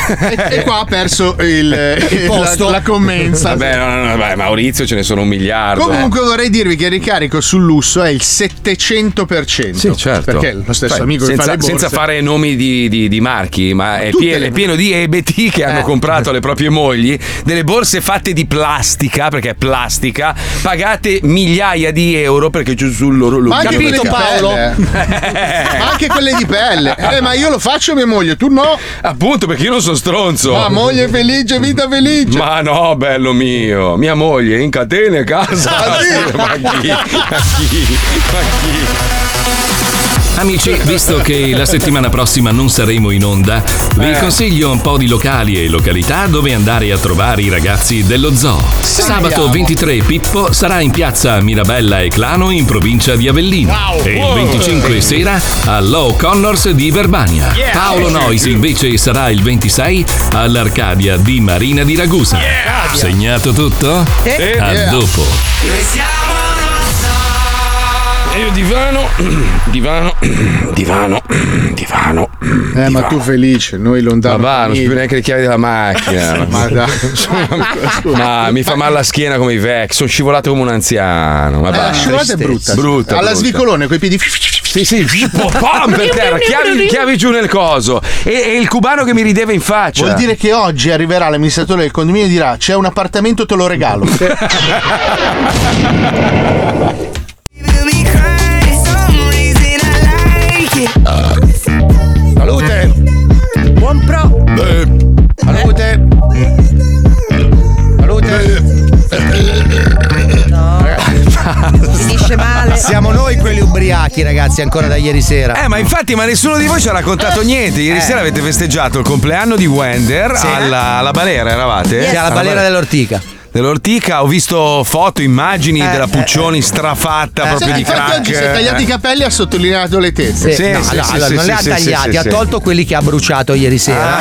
E qua ha perso il, Il posto. La, la commensa. Vabbè, no, no, no, vabbè, Maurizio ce ne sono un miliardo. eh. Comunque vorrei dirvi che il ricarico sul lusso è il 700%. Sì, certo. Perché è lo stesso Sai, amico senza, che fa le borse. senza fare nomi di, di- di marchi, ma è Tutte pie- le- Eh. è pieno di ebeti che hanno comprato alle proprie mogli delle borse fatte di plastica, perché è plastica, pagate migliaia di euro perché c'è sul loro Eh. logo. Ma anche quelle di Eh. pelle. Ma anche quelle di pelle. Eh, ma io lo faccio a mia moglie, tu no. Appunto, perché io non sono stronzo. Ma moglie felice, vita felice. Ma no, bello mio, mia moglie in catena a casa. Ah, sì? Ma chi? Ma chi? Ma chi? Amici, visto che la settimana prossima non saremo in onda, vi Eh. consiglio un po' di locali e località dove andare a trovare i ragazzi dello zoo. Sabato 23 Pippo sarà in piazza Mirabella e Clano in provincia di Avellino e il 25 sera all'O Connors di Verbania. Paolo Nois invece sarà il 26 all'Arcadia di Marina di Ragusa. Segnato tutto? Eh. A Yeah. dopo. E io Eh, divano, divano, divano, divano. Eh, ma tu felice, noi lontano. Ma va, non so più neanche le chiavi della macchina. Ma dai, scusa. Ma mi fa male la schiena come i vecchi. Sono scivolato come un anziano. Ma Eh, va. la scivolata è brutta. Brutta. Alla brutta. svicolone coi piedi. Sì, sì. Po- Pam per terra, chiavi, chiavi giù nel coso. E, e il cubano che mi rideva in faccia. Vuol dire che oggi arriverà l'amministratore del condominio e dirà: C'è un appartamento, te lo regalo. Salute! Buon pro! Salute! Eh. Salute! Finisce male. Siamo noi quelli ubriachi, ragazzi, ancora da ieri sera. Eh. Eh, ma infatti, ma nessuno di voi ci ha raccontato niente. Ieri sera avete festeggiato il compleanno di Wender Sì. alla, alla balera, eravate? Sì, alla balera dell'ortica. Dell'ortica, ho visto foto, immagini della Puccioni strafatta proprio Sai, di infatti crack. oggi si è tagliati i capelli e ha sottolineato le tette. Sì, no, sì, no, sì, allora, sì, non le sì, ha sì, tagliati, sì, ha sì. Ah. tolto quelli che ha bruciato ieri sera,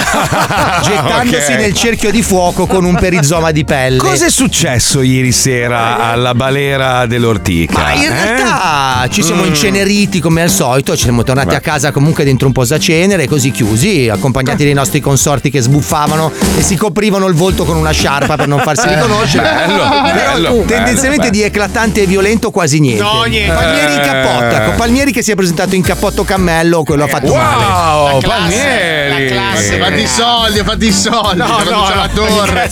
gettandosi ok. nel cerchio di fuoco con un perizoma di pelle. Cosa è successo ieri sera alla balera dell'ortica? Ma in eh? realtà ci siamo Mm. inceneriti come al solito, ci siamo tornati a casa comunque dentro un posacenere, così chiusi, accompagnati dai nostri consorti che sbuffavano e si coprivano il volto con una sciarpa per non farsi Eh. riconoscere. Bello, Però, bello, uh, tendenzialmente bello. di eclatante e violento quasi niente. No, niente. Palmieri in cappotta, ecco, Palmieri che si è presentato in cappotto cammello, quello ha fatto Eh. Wow, Oh, male. Palmieri! Classe, fatti i soldi, fatti i soldi. eh. No, fatti no, la no, torre.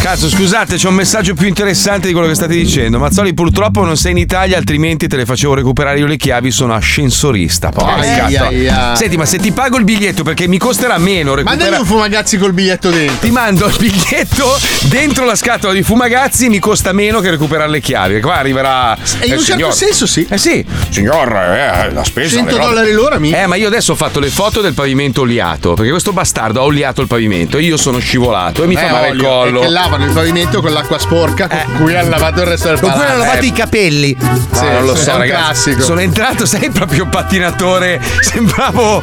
Cazzo, scusate, c'è un messaggio più interessante di quello che state dicendo. Mazzoli, purtroppo non sei in Italia, altrimenti te le facevo recuperare io le chiavi. Sono ascensorista. Porca Aia, tro- aia. Senti, ma se ti pago il biglietto perché mi costerà meno Mandami recuperare. un fumagazzi col biglietto dentro. Ti mando il biglietto dentro la scatola di fumagazzi mi costa meno che recuperare le chiavi. Perché Qua arriverà. E in un certo senso sì. Eh sì. Signor, eh, la spesa. 100 le robe- dollari l'ora, mica. Eh, ma io adesso ho fatto le foto del pavimento oliato. Perché questo bastardo ha oliato il pavimento. Io sono scivolato e mi fa Eh, male il olio, collo. Eh. e Che lavano il pavimento con l'acqua sporca con cui ha lavato il resto del Con palazzo. cui hanno lavato i capelli. No, non lo so, è un ragazzi. classico. Sono entrato, sei proprio pattinatore. Sembravo.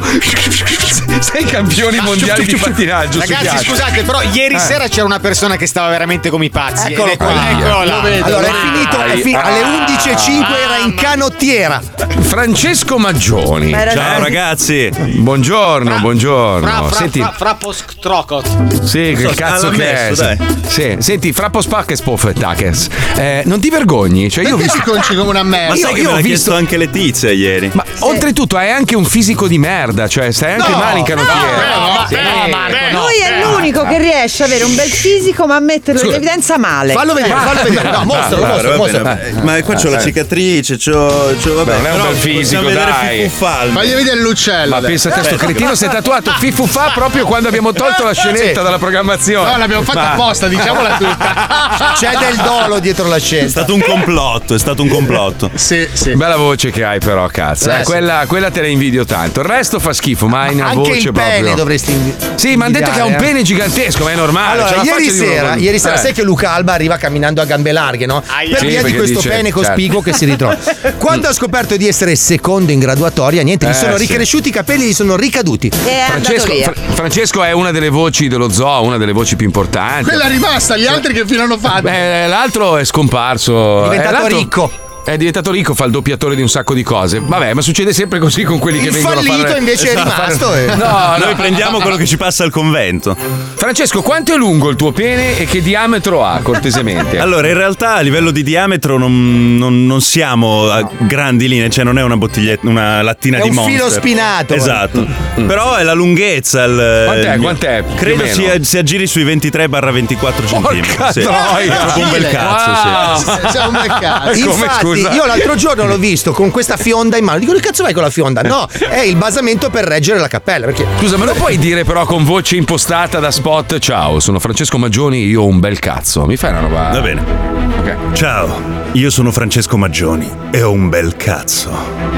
Sei campioni mondiali di pattinaggio. sui Ragazzi, ghiaccio. scusate, però ieri Eh. sera c'era una persona che stava veramente come i Grazie. Eccolo qua. Eccolo là. Lo vedo. Allora è finito, è fi- Vai. alle 11.05 era in canottiera. Francesco Maggioni. Ma era- Ciao ragazzi. Buongiorno, buongiorno. Fra, fra, Senti, fra, frappos trocot. Sì, che Sto- cazzo l'ha che messo, dai. è? Sì, senti, Frappo Spackes Poffetakes. Eh, non ti vergogni? Cioè, io ho Perché visto. ti conci come una merda? Ma sai che Io- io me l'ha ho chiesto visto- anche Letizia ieri. Ma oltretutto hai anche un fisico di merda, cioè stai anche No, male in canottiera. no, no, Sì. no, Marco, no. Lui è Eh, l'unico che riesce ad avere un bel fisico ma a metterlo Scusa. in evidenza male. Fallo vedere, Eh. fallo vedere. No, mostralo, Ah, mostralo, va bene, mostralo. va bene. Ma qua Eh. c'ho la cicatrice, c'ho. c'ho vabbè, Beh, non è un però bel fisico, possiamo vedere dai. Fifu Falme. Fagli vedere l'uccello. Ma pensa a te, sto cretino si è tatuato Fifufà proprio quando abbiamo tolto la scenetta dalla programmazione. No, l'abbiamo fatta Ma- apposta, diciamola tutta. C'è del dolo dietro la È scena. stato un complotto, è stato un complotto. Sì, sì. Bella voce che hai, però, cazzo. Eh, eh, sì. quella, quella te la invidio tanto. Il resto fa schifo, ma hai una Anche voce il proprio. pene dovresti invi- Sì, mi hanno detto che ha un invidiare, eh. pene gigantesco, ma è normale. Allora, c'è la ieri faccia di uno sera, con- ieri sera Eh. sai che Luca Alba arriva camminando a gambe larghe, no? Per Sì, via di perché questo dice, pene cospicuo certo. che si ritrova. Quando ha scoperto di essere secondo in graduatoria, niente, gli Eh, sono sì. ricresciuti i capelli, gli sono ricaduti. Francesco, Fra- Francesco è una delle voci dello zoo, una delle voci più importanti. Quella è rimasta, gli altri che fino hanno fatto. Beh, l'altro è scomparso. È diventato Eh, l'altro- ricco. È diventato ricco, fa il doppiatore di un sacco di cose. Vabbè, ma succede sempre così con quelli che Il vengono a fare. fallito invece è Esatto, rimasto, fare- eh. No, Noi no. prendiamo quello che ci passa al convento. Francesco, quanto è lungo il tuo pene e che diametro ha, cortesemente? Allora, in realtà a livello di diametro non, non- non siamo a grandi linee, cioè non è una bottiglietta, una lattina È di un monster. filo spinato. Mm, Esatto. Però è la lunghezza. Il, Quant'è, il mio- quant'è, più o Credo meno? si, si aggiri sui 23-24 centimetri. Sì. troia! Ah, È proprio un bel cazzo, sì. Cioè, Wow. Sei un bel cazzo. Come, Infatti, scusa? io l'altro giorno l'ho visto con questa fionda in mano. Dico, che cazzo vai con la fionda? No, è il basamento per reggere la cappella. Perché Scusa, me lo puoi dire però con voce impostata da spot? Ciao, sono Francesco Maggioni, io ho un bel cazzo. Mi fai una roba. Va bene. Ciao, io sono Francesco Maggioni e ho un bel cazzo.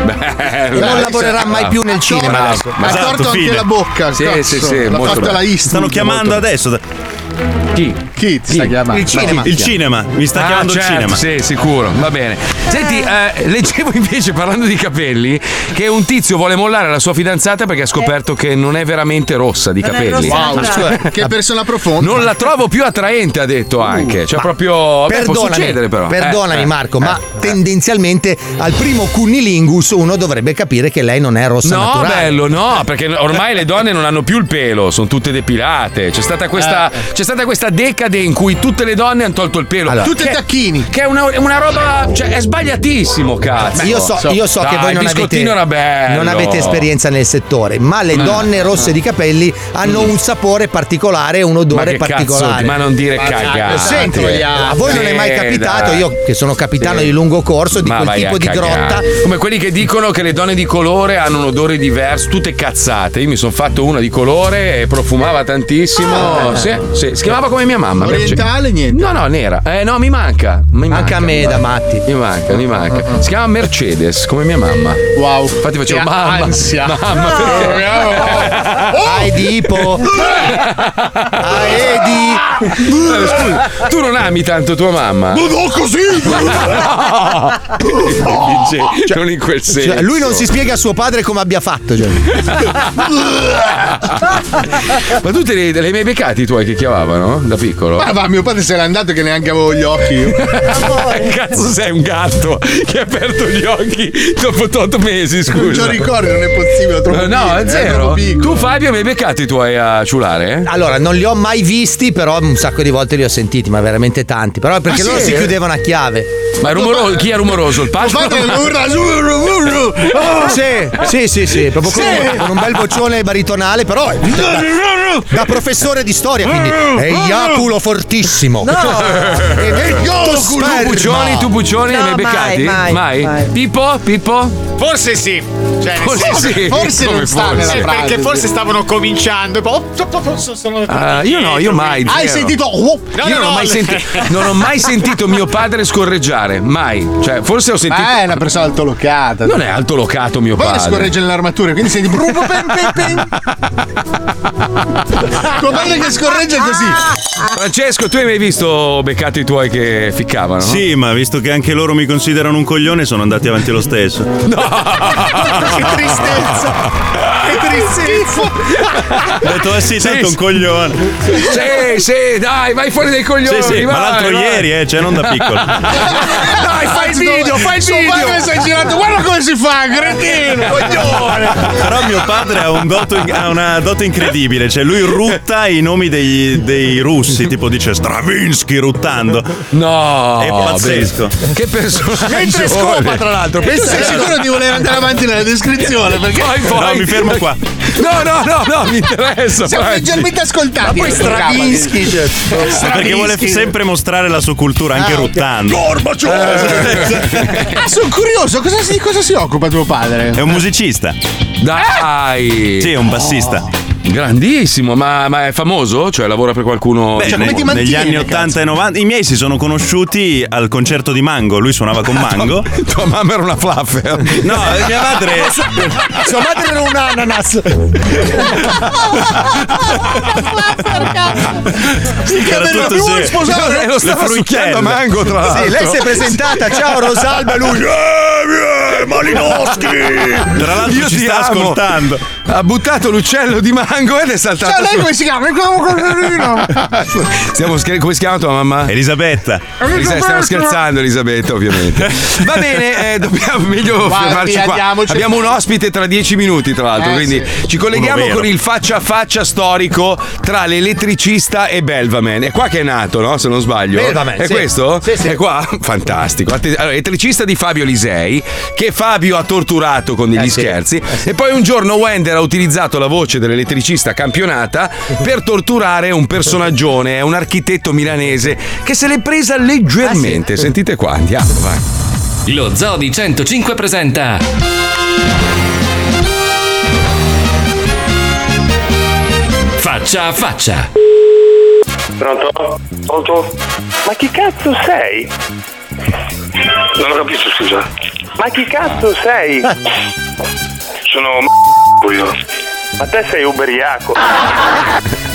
Bello. non lavorerà mai più nel cinema. adesso. Ha torto anche la bocca. Sì, cazzo. sì, sì, L'ha molto fatta bello. la Eastwood. Esatto, Stanno chiamando Molto adesso. Chi? Chi ti sta chiamando? Il cinema. Il cinema, mi sta Ah, chiamando il certo, cinema. Sì, sicuro, va bene. Senti, eh, leggevo invece parlando di capelli che un tizio vuole mollare la sua fidanzata perché ha scoperto che non è veramente rossa di Non è capelli. Ah, rossa. Wow, scusa, che persona profonda. Non la trovo più attraente, ha detto anche. Cioè, proprio. Beh, può succedere, però. Eh, perdonami eh, Marco, eh. ma tendenzialmente al primo cunnilingus uno dovrebbe capire che lei non è rossa No, naturale. bello, no, perché ormai le donne non hanno più il pelo, sono tutte depilate. C'è stata questa, c'è stata questa decade in cui tutte le donne hanno tolto il pelo. Tutte Eh. Che- tacchini. Che è una, è una roba. Cioè, è sbagliatissimo, cazzo. Io so, io so che Dai, voi non il avete, biscottino era bello. non avete esperienza nel settore, ma le Mm. donne rosse di capelli hanno un sapore particolare, un Ma odore che particolare. cazzo, ma non dire cagate. Senti, a voi non è mai Sì, capitato, dai. io che sono capitano Sì. di lungo corso, di Ma quel vai tipo a di cagare. grotta, Come quelli che dicono che le donne di colore hanno un odore diverso, tutte cazzate. Io mi sono fatto una di colore e profumava tantissimo. Ah. Sì, sì, Si chiamava come mia mamma. Orientale, niente. No, no, nera. Eh, no, mi manca. Mi manca, a me da matti. Mi manca, mi Mm, manca. Si chiama Mercedes, come mia mamma. Wow. Infatti facevo Che mamma. ansia. Mamma, No. perché? hai di ipo, Ah, Ah. Eh, Allora, scusa, Eh, tu non ami tanto tua mamma? Ma no, così! Dice, non in quel senso. Cioè, lui non si spiega a suo padre come abbia fatto. cioè. Ma tu te li, te li hai mai beccati i tuoi che chiamavano da piccolo? Ma Ah, va, mio padre se n'è andato che neanche avevo gli occhi io. Cazzo sei un gatto che ha aperto gli occhi dopo 8 mesi, scusa. Non ce lo ricordo, non è possibile. Eh, No, no, eh, è zero. Tu Fabio mi hai beccato i tuoi a ciulare? eh? Allora, non li ho mai visti, però un sacco di volte li ho sentiti, ma veramente tanti. Però perché Ah, loro sì? si chiudevano a chiave. Ma è rumoroso, chi è rumoroso? Il padre? pasco? Oh, Ah. Sì, sì, sì, sì, proprio con, Sì. con un bel vocione baritonale, però eh, da, da professore di storia, quindi è iaculo fortissimo. Eh, No. E Tu, vecchio tu Puccioni, tu Puccioni li hai beccati? Pippo? Pippo? Forse sì. Cioè, nel Forse senso- sì. Forse non Come sta forse? nella Sì, frase, Perché sì. forse stavano cominciando. E poi, oh, so- so- so- so- sono Ah, io no, io mai. Hai zero. sentito? Oh, io non, ho mai senti- non ho mai sentito mio padre scorreggiare. fare, mai. Cioè, forse ho sentito. Ma è una persona altolocata. Non è altolocato mio Poi le padre. scorregge nell'armatura, quindi senti. brum, brum, brum, brum, brum. Tuo padre che scorregge Ah. così. Francesco, tu hai mai visto beccato i tuoi che ficcavano? Sì, ma visto che anche loro mi considerano un coglione, sono andati avanti lo stesso. che tristezza! Che tristezza! Ho detto, eh sì, tanto un coglione. Sì, sì, dai, vai fuori dai coglioni. Sì, sì, ma vai, l'altro vai. ieri, eh, cioè non da piccolo. Dai, fai il video, fai il Suo video. padre si è girato, guarda come si fa, cretino, coglione. Però mio padre ha, un doto- ha una dote incredibile, cioè lui rutta i nomi dei, dei russi, tipo dice Stravinsky ruttando. No! È pazzesco. Che personaggio! Mentre scopa, tra l'altro, pensa- sei sicuro di voler andare avanti nella descrizione? Perché Vai, vai. No, mi fermo qua. No, no, no, no, mi interessa. Siamo avanti. leggermente ascoltati. Ma poi Stravinsky, cioè. È Perché vuole sempre Eh, mostrare la sua cultura anche Ah, ok. ruttando. Ah, sono curioso, cosa si, cosa si occupa tuo padre? È un musicista. Dai! Oh, Sì, è un bassista. Grandissimo, ma, ma è famoso? Cioè, lavora per qualcuno. Beh, cioè, ne- negli anni 80 e 90 i miei si sono conosciuti al concerto di Mango, lui suonava con Mango. Ah, Tua mamma era una flaffer. No, eh, mia madre Sua madre era un ananas. Era tutto più sì. sposata. eh, Lei lo stava Le fruttelle. succhiando a mango, tra l'altro. Sì, lei si è presentata, ciao Rosalba, e lui. Eh, eh, Malinowski! Tra l'altro Io ci ti sta amo. ascoltando. Ha buttato l'uccello di mango ed è saltato. Cioè, lei su- come si chiama? Come Stiamo scher- come si chiama tua mamma? Elisabetta. Elisa- stiamo scherzando, Elisabetta, ovviamente. Va bene, eh, dobbiamo meglio Guardi, fermarci qua. andiamoci. Abbiamo un ospite tra dieci minuti, tra l'altro. Eh, quindi sì. ci colleghiamo Uno vero. con il faccia a faccia storico tra l'elettricista e Belvaman. È qua che è nato, no? Se non sbaglio. Belvaman, è sì. questo? Sì, sì. È qua? Fantastico. Atten- allora, elettricista di Fabio Lisei, che Fabio ha torturato con Eh, degli scherzi. E poi un giorno Wender ha utilizzato la voce dell'elettricista campionata per torturare un personaggione, un architetto milanese, che se l'è Ah, presa leggermente. Sentite qua, andiamo, vai. Lo Zoo di 105 presenta Faccia a faccia. Pronto? Pronto? Ma chi cazzo sei? Non ho capito, scusa. Ma chi cazzo sei? Sono m***o io. Ma te sei ubriaco.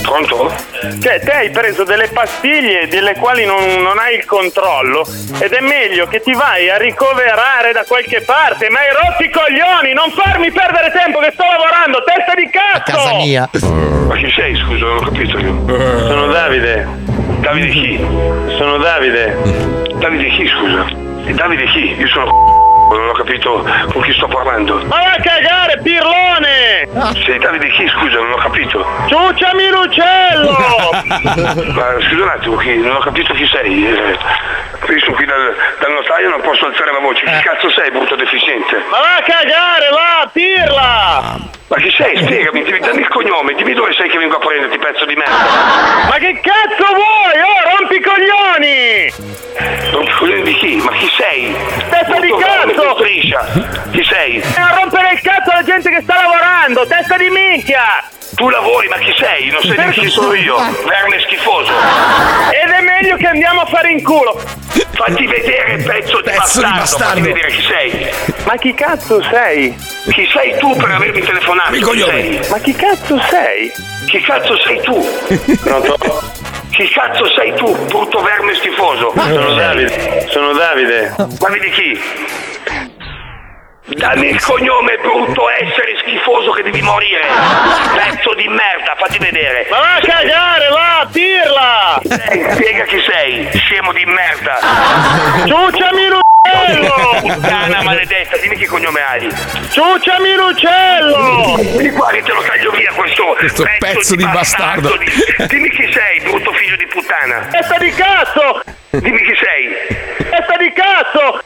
Pronto? Cioè, te hai preso delle pastiglie delle quali non, non hai il controllo ed è meglio che ti vai a ricoverare da qualche parte, ma hai rotti i coglioni, non farmi perdere tempo che sto lavorando, testa di cazzo! Casa mia. Ma chi sei, scusa? Non ho capito io. Sono Davide. Davide chi? Sono Davide. Davide chi, scusa? E Davide chi? Io sono c***o, non ho capito con chi sto parlando. Ma vai a cagare, pirlone! Sei Davide chi, scusa? Non ho capito. Ciucciami l'uccello! Ma scusa un attimo, chi- non ho capito chi sei. eh. Io sono qui dal, dal notaio, non posso alzare la voce. Chi cazzo sei, brutto deficiente? Ma va a cagare, va, pirla! Ma chi sei? Spiegami, dimmi- dammi il cognome, dimmi dove sei che vengo a prenderti, pezzo di merda. Ma che cazzo vuoi? Oh, rompi i coglioni! Coglione di chi? Ma chi sei? Testa di cazzo! Striscia! Chi sei? E Eh, a rompere il cazzo alla gente che sta lavorando, testa di minchia! Tu lavori, ma chi sei? Non sai neanche chi sono io, verme schifoso! Ed è meglio che andiamo a fare in culo! Fatti vedere, pezzo, Pezzo di di bastardo! Fatti bastardo. vedere chi sei! Ma chi cazzo sei? Chi sei tu per avermi telefonato? Mi coglione. Chi sei? Ma chi cazzo sei? Chi cazzo sei tu? Pronto? Chi cazzo sei tu, brutto verme schifoso? Sono Davide, sono Davide. Davide chi? Dammi il cognome, brutto essere schifoso che devi morire! Pezzo di merda, fatti vedere! Ma va a cagare, va, pirla! Spiega chi sei, scemo di merda! Ciucciami l'uccello! Puttana maledetta, dimmi che cognome hai! Ciucciami l'uccello! Vieni qua che te lo taglio via questo, Questo pezzo di bastardo. di- Dimmi chi sei, brutto figlio di puttana! Testa di cazzo! Dimmi chi sei! Testa di cazzo!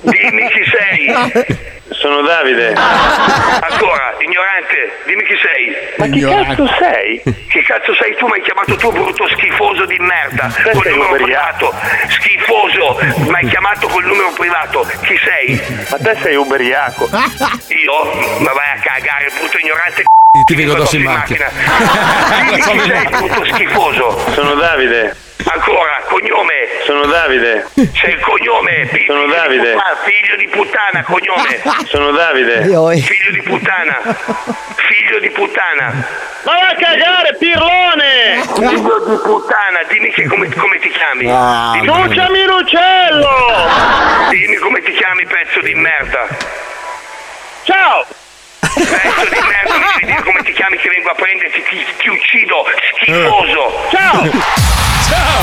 Dimmi chi sei! Sono Davide. Ancora, ignorante, dimmi chi sei. Ma chi Ignorante. cazzo sei? Che cazzo sei tu? Mi hai chiamato tu, brutto schifoso di merda. Col numero privato. Schifoso. Mi hai chiamato col numero privato. Chi sei? Ma te sei ubriaco. Io? Ma vai a cagare, brutto ignorante. Ti vengo addosso in macchina. Eh, Dimmi chi sei, brutto schifoso. Sono Davide. Ancora, cognome. Sono Davide. Sei il cognome. fi- Sono figlio Davide. Di puttana, figlio di puttana, cognome. Sono Davide. Figlio di puttana. Figlio di puttana. Ma va a cagare, pirlone! Figlio di puttana, dimmi che come, come ti chiami. Dimmi- Ciucciami l'uccello! Dimmi come ti chiami, pezzo di merda. Ciao! Pezzo di merda, mi devi dire come ti chiami che vengo a prenderti, ti, ti uccido, Eh. schifoso. Ciao!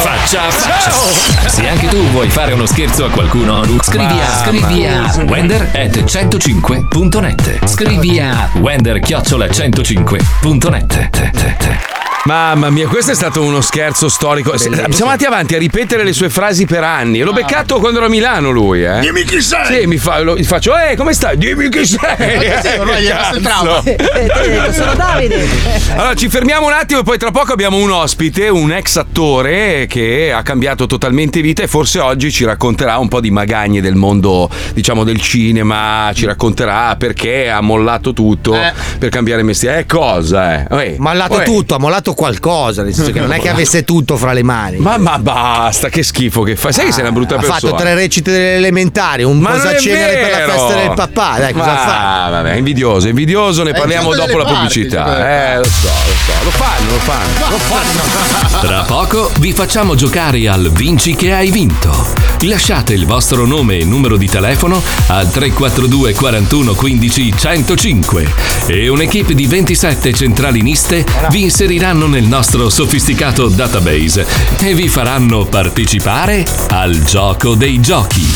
Faccia, faccia. Se anche tu vuoi fare uno scherzo a qualcuno, scrivi a, Mamma. scrivi a wender at 105.net. Scrivi a wender chiocciola 105.net. Te, te, te. Mamma mia, questo è stato uno scherzo storico. S- Siamo andati avanti a ripetere le sue frasi per anni. Ah. L'ho beccato quando ero a Milano lui, eh. Dimmi chi sei! Sì, mi fa- lo- gli faccio, eh, come stai? Dimmi chi sei! Eh, sì, ormai gli è rimasto il trauma. Eh, Cazzo. Sono Davide. Allora, ci fermiamo un attimo e poi tra poco abbiamo un ospite, un ex attore che ha cambiato totalmente vita e forse oggi ci racconterà un po' di magagne del mondo, diciamo, del cinema, ci racconterà perché ha mollato tutto per cambiare mestiere. Eh, cosa, eh? Uè, Ma ha mollato uè. tutto, ha mollato qualcosa, nel senso che non è che avesse tutto fra le mani. Ma, ma basta, che schifo che fa. Sai che sei una brutta Eh, ha persona. fatto tre recite delle elementari, un Ma non è posacenere per la vero! festa del papà. Dai, cosa Ma- ha fatto? vabbè, invidioso, invidioso, ne È parliamo giusto dopo la delle parti, pubblicità. Eh, lo so, lo so. Lo fanno, lo fanno. Lo fanno. Tra poco vi facciamo giocare al Vinci che hai vinto. Lasciate il vostro nome e numero di telefono al 342 41 15 105 e un'equipe di 27 centraliniste vi inseriranno nel nostro sofisticato database e vi faranno partecipare al gioco dei giochi.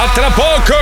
A tra poco!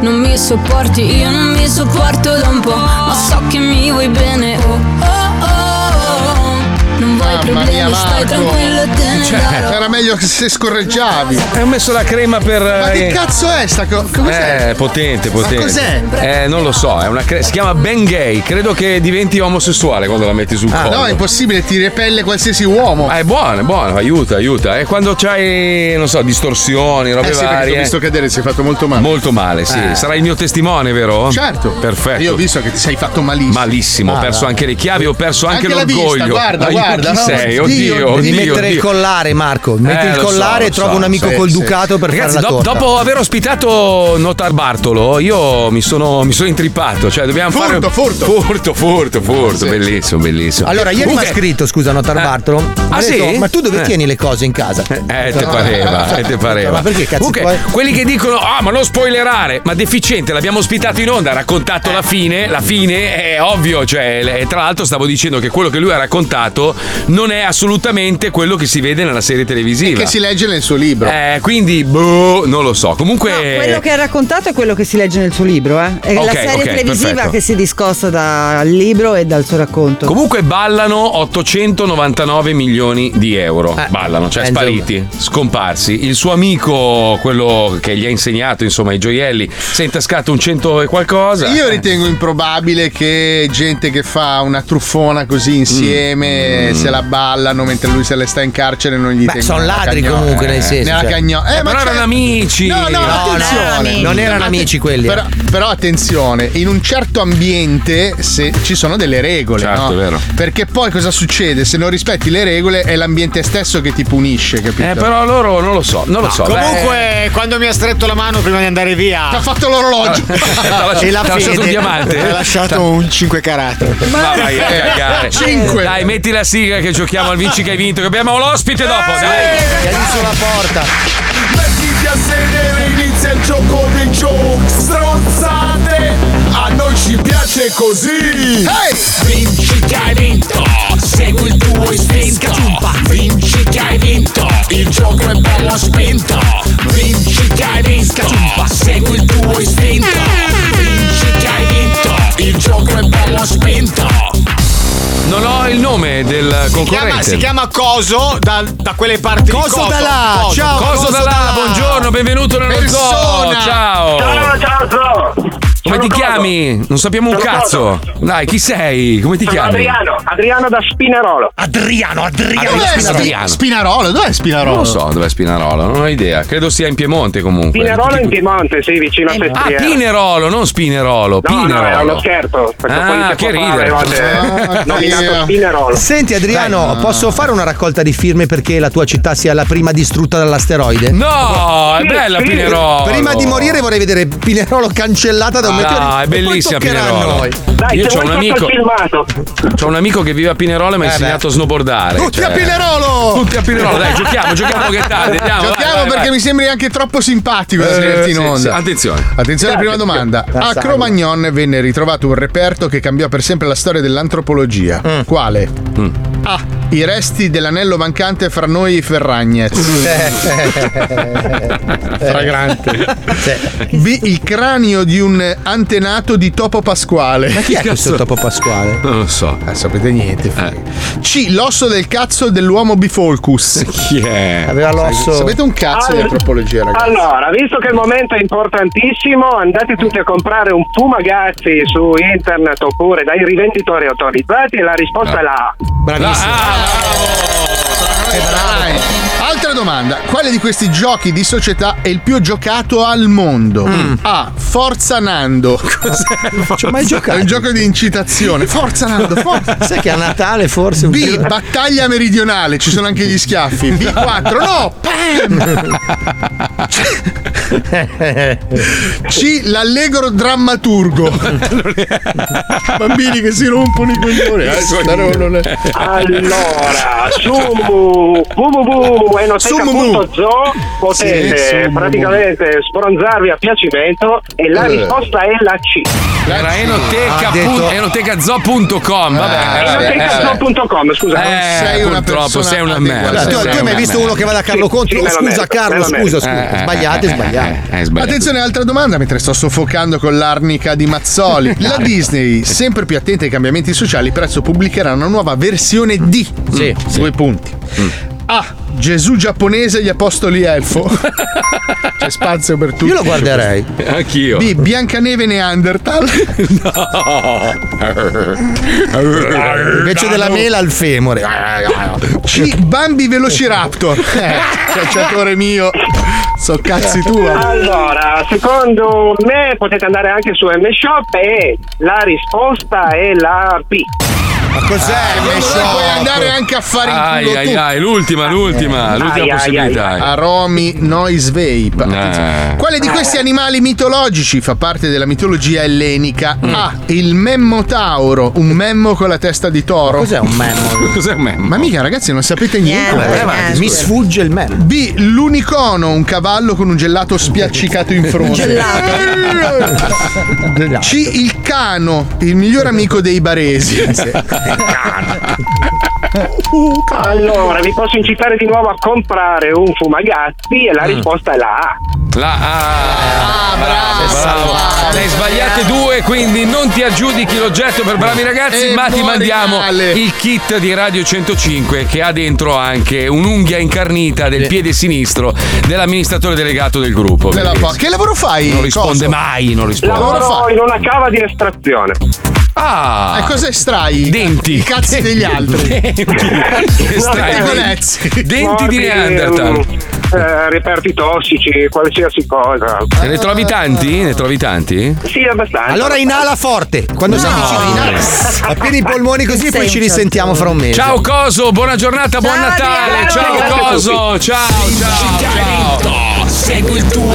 Non mi sopporti, io non mi sopporto da un po', ma so che mi vuoi bene. Oh, oh, oh, oh. Non vuoi problemi, stai tranquillo, te ne Cioè, darò. Cioè, era meglio che se scorreggiavi. Ho messo la crema per. Ma che eh, cazzo è sta cosa? Cos'è? Eh, potente, potente. Ma cos'è? Eh, non lo so, è una cre- si chiama Ben Gay. Credo che diventi omosessuale quando la metti sul Ah, collo. no, è impossibile, ti repelle qualsiasi uomo. Ah, è buono, è buono, aiuta, aiuta. E quando c'hai, non so, distorsioni, robe Eh sì, perché ti ho varie. visto cadere, sei fatto molto male. Molto male, sì. Eh. Sarà il mio testimone, vero? Certo. Perfetto. Io ho visto che ti sei fatto malissimo. Malissimo, ho Ah, perso dai. anche le chiavi, ho perso anche, Anche la l'orgoglio. vista, guarda, Aiuto, guarda, Chi no, sei? oddio, Oddio, devi oddio. mettere oddio. il collare, Marco. Metti Eh, il lo so, collare e lo trovo so. un amico Sì, col sì. ducato per Ragazzi, fare la do- torta. dopo aver ospitato Notar Bartolo, io mi sono, mi sono intrippato. Cioè, dobbiamo Furto, fare. furto. Furto, furto, furto. Bellissimo, bellissimo. Allora, ieri mi ha Comunque- scritto, scusa, Notar Bartolo. mi ha Ah, detto, sì? Ma tu dove Eh. tieni le cose in casa? Eh, te pareva, eh, te pareva. Ma perché cazzo Comunque, poi- quelli che dicono, ah, ma non spoilerare, ma deficiente, l'abbiamo ospitato in onda, ha raccontato Eh. la fine, la fine è ovvio, cioè, e tra l'altro stavo dicendo che quello che lui ha raccontato non è assolutamente quello che si vede nella serie televisiva. Che si legge nel suo libro. Eh, quindi, boh, non lo so. Comunque... Eh, Quello che ha raccontato è quello che si legge nel suo libro, eh. È la Ok, serie ok, televisiva perfetto. che si discosta dal libro e dal suo racconto. Comunque ballano 899 milioni di euro. Eh. ballano, cioè spariti, scomparsi. Il suo amico, quello che gli ha insegnato, insomma, i gioielli, si è intascato un 100 e qualcosa. Io ritengo improbabile che gente che fa una truffona così Mm. insieme se la ballano mentre lui se le sta in carcere non gli tengono sono la ladri cagnola. comunque, nel senso, Nella cioè. cagnola. Eh, ma però c'è- erano amici. No, no, No, no, attenzione. non erano amici quelli, eh. Però, però attenzione, in un certo ambiente se- ci sono delle regole. Certo, no? è vero. Perché poi cosa succede? Se non rispetti le regole è l'ambiente stesso che ti punisce, capito? Eh, però loro non lo so, non lo so. Eh. Comunque, Eh. quando mi ha stretto la mano prima di andare via, Ti ha fatto l'orologio. e la T'ha lasciato fede. un diamante? Ha lasciato un 5 carati. Ma vai a cagare. eh, Cinque. Dai, metti la sigla che giochiamo al vinci che hai vinto, che abbiamo l'ospite dopo, Eh, dai. sulla porta. Mettiti a sedere, inizia il gioco dei giochi. Stronzate, a noi ci piace così. Vinci che hai vinto, segui il tuo istinto. Vinci che hai vinto, il gioco è bello spinto. Vinci che hai vinto, segui il tuo istinto. Vinci che hai vinto, il gioco è bello spinto. Non ho il nome del Si chiama, concorrente. si chiama Coso da, da quelle parti di Coso. Coso. Coso da là, buongiorno, benvenuto nello Persona. zoo. Ciao. Ciao, ciao, ciao. Come Sono ti cosa? chiami? Non sappiamo un Sono cazzo. Dai, chi sei? Come ti Sono chiami? Adriano, Adriano da Spinarolo. Adriano, Adriano. Allora, Dov'è Spinarolo. Spi- Spinarolo? Dov'è Spinarolo? Non lo so dov'è Spinarolo, non ho idea. Credo sia in Piemonte comunque. Spinarolo in Piemonte, sì, vicino a Eh, Ah, Sestriere. Pinerolo, non Spinerolo. No, no, Pinerolo. è uno scherzo. perché poi Ah, si che può fare, ridere. volte- Nominato Spinarolo. Senti Adriano, posso fare una raccolta di firme perché la tua città sia la prima distrutta dall'asteroide? No, è bella Pinerolo. Prima di morire vorrei vedere Pinerolo cancellata da un Ah, meteorite. no, è bellissima e poi toccherà a Pinerolo. noi. Io c'ho un amico. C'ho un amico che vive a Pinerolo e mi ha Eh, insegnato a snowboardare. Tutti cioè. a Pinerolo! Tutti a Pinerolo, dai, giochiamo, giochiamo che è tardi. Andiamo, vai, giochiamo vai, perché vai. mi sembri anche troppo simpatico da Eh, tenerti in sì, onda. sì, attenzione. Attenzione, prima domanda. A Cromagnon venne ritrovato un reperto che cambiò per sempre la storia dell'antropologia. Mm. Quale? A. I resti dell'anello mancante fra noi e i Ferragnez. Mm. Fragrante. B. Il cranio di un antenato di Topo Pasquale. Ma chi è questo Topo Ah, Pasquale? Non lo so. Eh. Non sapete niente. figa. C. L'osso del cazzo dell'uomo bifolcus. Chi è? Aveva l'osso. Sapete un cazzo di Al- antropologia, ragazzi. Allora, visto che il momento è importantissimo, andate tutti a comprare un Fumagazzi su internet oppure dai rivenditori autorizzati e la risposta è la A. Ah, Bravissimo. Altra domanda, quale di questi giochi di società è il più giocato al mondo? A. Forza Nando. Mm. Cos'è? Ci ho mai giocato. È un gioco di incitazione. Forza Nando, forza. Sai che a Natale forse un B. Battaglia meridionale, ci sono anche gli schiaffi. B4, no! Pam! C. L'allegro drammaturgo. Bambini che si rompono i coglioni. Eh, guardare non è- Allora, su www.enoteca.zoo potete Sì, su- praticamente sbronzarvi a piacimento e la Eh. risposta è la C. Era Ha enoteca detto- pun- enotecazoo.com. Eh, Vabbè, vabbè, Enotecazoo.com, scusa. Eh, Sei una purtroppo persona sei una adeguata. merda. Guarda, tu, sei tu hai una mai visto merda. uno che va da Carlo Conti? sì, Oh, me la scusa merito, Carlo, me la merito. scusa, scusa. Eh, sbagliate, eh, sbagliate. eh, eh, sbagliate. Attenzione, altra domanda mentre sto soffocando con l'arnica di Mazzoli. La Disney, sempre più attenta ai cambiamenti sociali, presto pubblicherà una nuova versione D. Sì, due punti. Mm. A. Gesù giapponese e gli apostoli elfo. C'è spazio per tutti. Io lo guarderei. Anch'io. B. Biancaneve Neanderthal. Invece della mela al femore. C. Bambi Velociraptor. Eh, cacciatore mio. So cazzi tua. Allora, Ah, secondo me potete andare anche su M-Shop e la risposta è la B. Ma cos'è? puoi Ah, andare anche a fare in Ai, culo tu. ai, ai, l'ultima, l'ultima, Eh. l'ultima Ai, ai, possibilità. Eh. ai. Aromi Noise Vape. Attenzione. Quale di questi animali mitologici fa parte della mitologia ellenica? Mm. A. Il memmotauro, un memmo con la testa di toro. Cos'è un memmo? Cos'è un memmo? Ma mica ragazzi non sapete niente. Niente, Vai avanti, niente. Mi scusa. sfugge il meme. B. L'unicono, un cavallo con un gelato spiaccicato in fronte. C. Il cano, il miglior amico dei baresi. Eh, Allora, vi posso incitare di nuovo a comprare un fumagazzi e la Mm. risposta è la A. La ah, bravo, bravo. Ne hai sbagliate due, quindi non ti aggiudichi l'oggetto per bravi ragazzi, E ma ti muori mandiamo male. il kit di Radio 105 che ha dentro anche un'unghia incarnita del piede sinistro dell'amministratore delegato del gruppo. Della Quindi fa- Che lavoro fai? Non risponde Coso? mai, non risponde. Lavoro in una cava di estrazione. Ah! E Eh, cosa estrai? Denti. I cazzi degli altri. Estrai i denti. colezzi. Denti di Neanderthal. eh, reperti tossici, qualsiasi cosa. Ne trovi tanti? Ne trovi tanti? Sì, abbastanza. Allora inala forte. Quando sei vicino inala. Appena i polmoni così, poi ci risentiamo fra un mese. Ciao Coso, buona giornata, buon Natale. Adriano. Ciao Grazie a Coso, ciao, ciao, ciao. Segui il tuo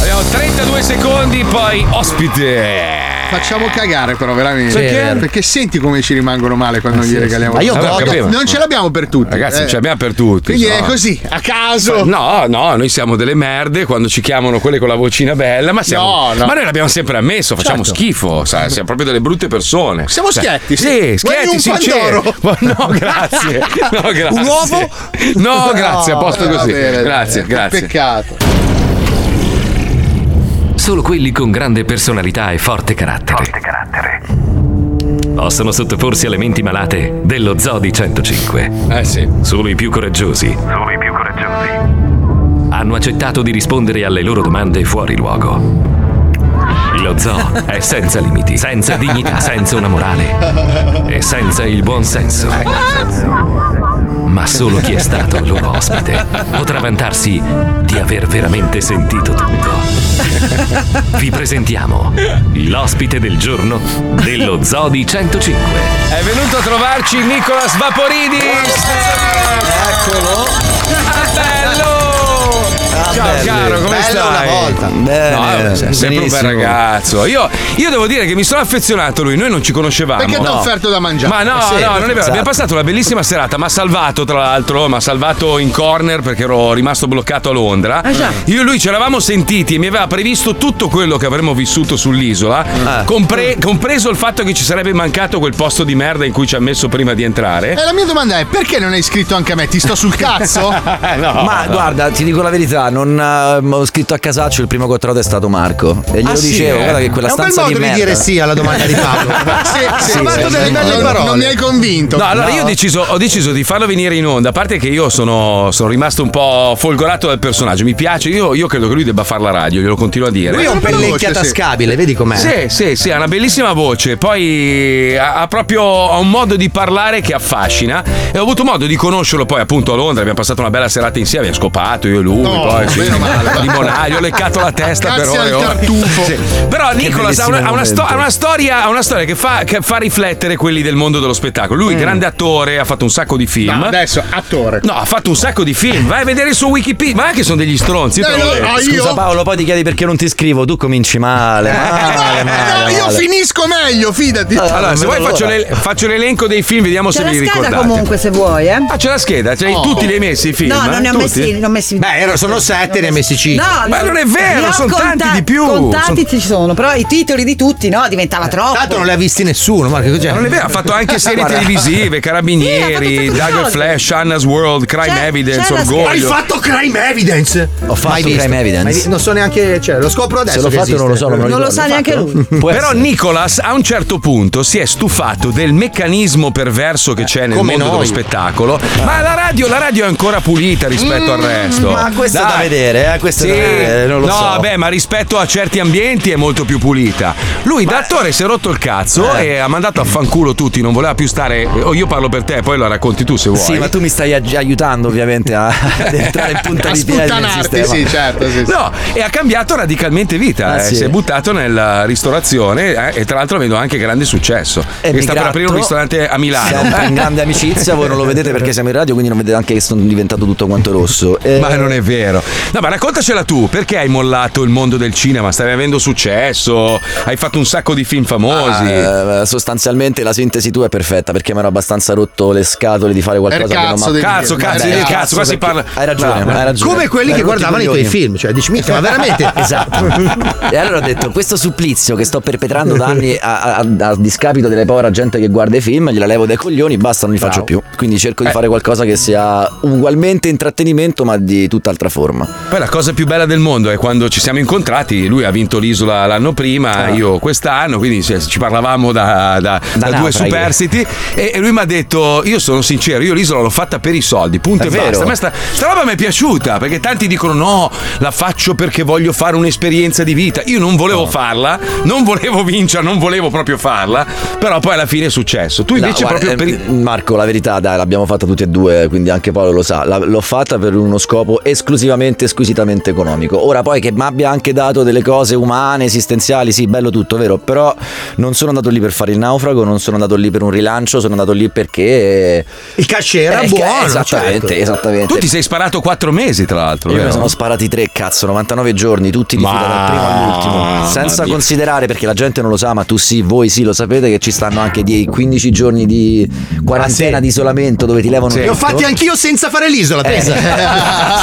Abbiamo 32 secondi, poi ospite. Facciamo cagare però veramente. Perché? Perché senti come ci rimangono male quando Eh, gli sì, regaliamo. sì. Ma io Vabbè, godo. capivo. Non ce l'abbiamo per tutti. Ragazzi, eh. ce l'abbiamo per tutti. Ah, Quindi è no? così, a caso. No, no, noi siamo delle merde quando ci chiamano quelle con la vocina bella, ma, siamo, No, no. ma noi l'abbiamo sempre ammesso, facciamo Certo. schifo, sa, siamo proprio delle brutte persone. Siamo Cioè, schietti, sì. Sì, Vuoi schietti, un sinceri. pandoro? Ma No, grazie. No, grazie. Un uovo? No, eh, grazie, a posto No, va così. bene, dai. grazie, Che grazie. Peccato. Solo quelli con grande personalità e forte carattere. Possono sottoporsi alle menti malate dello Zoo di 105. Eh sì. Solo i più coraggiosi. Solo i più coraggiosi. Hanno accettato di rispondere alle loro domande fuori luogo. Lo Lo zoo è senza limiti, senza dignità, senza una morale e senza il buon senso. Ma solo chi è stato il loro ospite potrà vantarsi di aver veramente sentito tutto. Vi presentiamo l'ospite del giorno dello Zoo di 105. È venuto a trovarci Nicolas Vaporidi. Eccolo. Bello. Ah, Ciao caro, come Bello stai? una volta. No, Bene, sempre un benissimo. bel ragazzo. Io, io devo dire che mi sono affezionato a lui, noi non ci conoscevamo. Perché ti ha No. offerto da mangiare? Eh esatto. Ma no, no, non è vero. Abbiamo passato una bellissima serata. Mi ha salvato, tra l'altro, mi ha salvato in corner perché ero rimasto bloccato a Londra. Ah, già. Io e lui ci eravamo sentiti e mi aveva previsto tutto quello che avremmo vissuto Ah. sull'isola, compre- compreso il fatto che ci sarebbe mancato quel posto di merda in cui ci ha messo prima di entrare. E Eh, la mia domanda è: perché non hai iscritto anche a me? Ti sto sul cazzo? No. Ma no. guarda, ti dico la verità, non eh, ho scritto a casaccio il primo controllo è stato Marco e glielo Ah, sì, dicevo, eh? guarda che quella È un bel stanza modo di merda. dire sì alla domanda di Paolo. Sì, sì, Marco, sì, delle sì, belle no, parole. no. Non mi hai convinto. No, allora io ho deciso, ho deciso di farlo venire in onda, a parte che io sono, sono rimasto un po' folgorato dal personaggio, mi piace, io, io credo che lui debba fare la radio, glielo continuo a dire. Lui è un pellecchia tascabile, vedi com'è? Sì, sì, sì, ha una bellissima voce, poi ha, ha proprio ha un modo di parlare che affascina e ho avuto modo di conoscerlo poi appunto a Londra, abbiamo passato una bella serata insieme, abbiamo scopato io e lui, No, poi sì, meno male. limonaio, ho leccato la testa Grazie per ore. e al ore. tartufo. Sì. Però Che Nicolas ha una, ha una bellissimo sto- ha una storia, ha una storia che, fa, che fa riflettere quelli del mondo dello spettacolo. Lui, Mm. grande attore, ha fatto un sacco di film. No, adesso, attore. No, ha fatto un sacco di film. Vai a vedere su Wikipedia. Ma anche sono degli stronzi. eh, io te Dai, l'ho no, detto. ah, io? Scusa Paolo, poi ti chiedi perché non ti scrivo, tu cominci Eh, male. Eh, Eh, male, male, No, io male. finisco meglio, fidati. Allora, se vuoi faccio, l'el- faccio l'elenco dei film, vediamo C'è se la vi scheda ricordate. comunque se vuoi, eh. Ah, c'è la scheda, cioè, tutti li hai messi i film? No, eh? non ne ho Tutti? messi, non ho messi. Beh, sono sette, ne hai messi cinque. No, Ma no, non è li vero, ho sono tanti conta- di più. Eh, Contati ci sono, però i titoli di tutti, no, diventava troppo. Tanto non le ha visti nessuno, Marco. cioè- Ma Non è vero, ha fatto anche serie Guarda. televisive, Carabinieri, Dagger Flash, Anna's World, Crime Evidence, Orgoglio. Hai fatto Crime Evidence? Ho fatto Mai visto. Crime Evidence. Mai vi- non so neanche, cioè, lo scopro adesso. Se l'ho che fatto o non lo esiste. so, non me lo Non lo sa neanche lui. Però Nicolas a un certo punto si è stufato del meccanismo perverso che c'è nel come mondo noi. dello spettacolo. Ma la radio, la radio è ancora pulita rispetto al resto. Mm, ma questo è Dai. da vedere, eh, questo è da vedere, non lo no, so. vabbè, ma rispetto a certi ambienti è molto più pulita. Lui da attore si è rotto il cazzo Eh. e ha mandato a fanculo tutti, non voleva più stare. oh, io parlo per te, poi la racconti tu se vuoi. Sì, ma tu mi stai aggi- aiutando ovviamente a ad entrare in punta A di piedi nel sputtanarti, sistema. sì, certo, No, e ha cambiato radicalmente vita. Ah, eh. sì. Si è buttato nella ristorazione eh, e tra l'altro avendo anche grande successo. E sta per Emigrato. aprire un ristorante a Milano. Siamo in grande amicizia, voi non lo vedete perché siamo in radio, quindi non vedete anche che sono diventato tutto quanto rosso. Eh, Ma non è vero. No, ma raccontacela tu, perché hai mollato il mondo del cinema? Stavi avendo successo, hai fatto un sacco di film famosi. eh, sostanzialmente la sintesi tua è perfetta perché mi ero abbastanza rotto le scatole di fare qualcosa Per cazzo che non devi dire. Cazzo, cazzo, devi dire, cazzo, qua si perché- parla- Hai ragione, Bravo. hai ragione. Come quelli Dai, che rotti guardavano i tuoi coglioni. film, cioè dici, mica, ma veramente? esatto. E allora ho detto: questo supplizio che sto perpetrando da anni a, a- a discapito delle povera gente che guarda i film, gliela levo dai coglioni, basta, non li faccio più. Quindi cerco Eh. di fare qualcosa che sia ugualmente intrattenimento, ma di tutt'altra forma. Poi la cosa più bella del mondo è quando ci siamo incontrati, lui ha vinto l'isola l'anno Ah. prima, io quest'anno, quindi se- ci parlavamo da, da- da due naufraghi. superstiti e e lui mi ha detto, io sono sincero, io l'isola l'ho fatta per i soldi, punto È e basta. vero. A me sta, sta roba mi è piaciuta perché tanti dicono no, la faccio perché voglio fare un'esperienza di vita, io non volevo farla, non volevo vincere, non volevo proprio farla, però poi alla fine è successo. Tu No, invece guarda, proprio per... i- eh, Marco, la verità, dai, l'abbiamo fatta tutti e due, quindi anche Paolo lo sa. La- l'ho fatta per uno scopo esclusivamente, squisitamente economico. Ora poi che mi abbia anche dato delle cose umane, esistenziali, sì, bello tutto, vero? Però non sono andato lì per fare il naufrago, non sono andato lì per un rilancio, sono andato lì perché. Il cashiera Eh, buono, Esattamente, certo. esattamente. Tu ti sei sparato quattro mesi, tra l'altro. eh, Io me vero? ne sono sparati tre, cazzo, 99 giorni, tutti di fila dal primo all'ultimo. Senza mia. considerare, perché la gente non lo sa, ma tu sì, voi sì, lo sapete che ci stanno anche dei 15 giorni di quarantena, di isolamento dove ti levano Li ho fatti anche anch'io senza fare Eh. l'isola, pensa.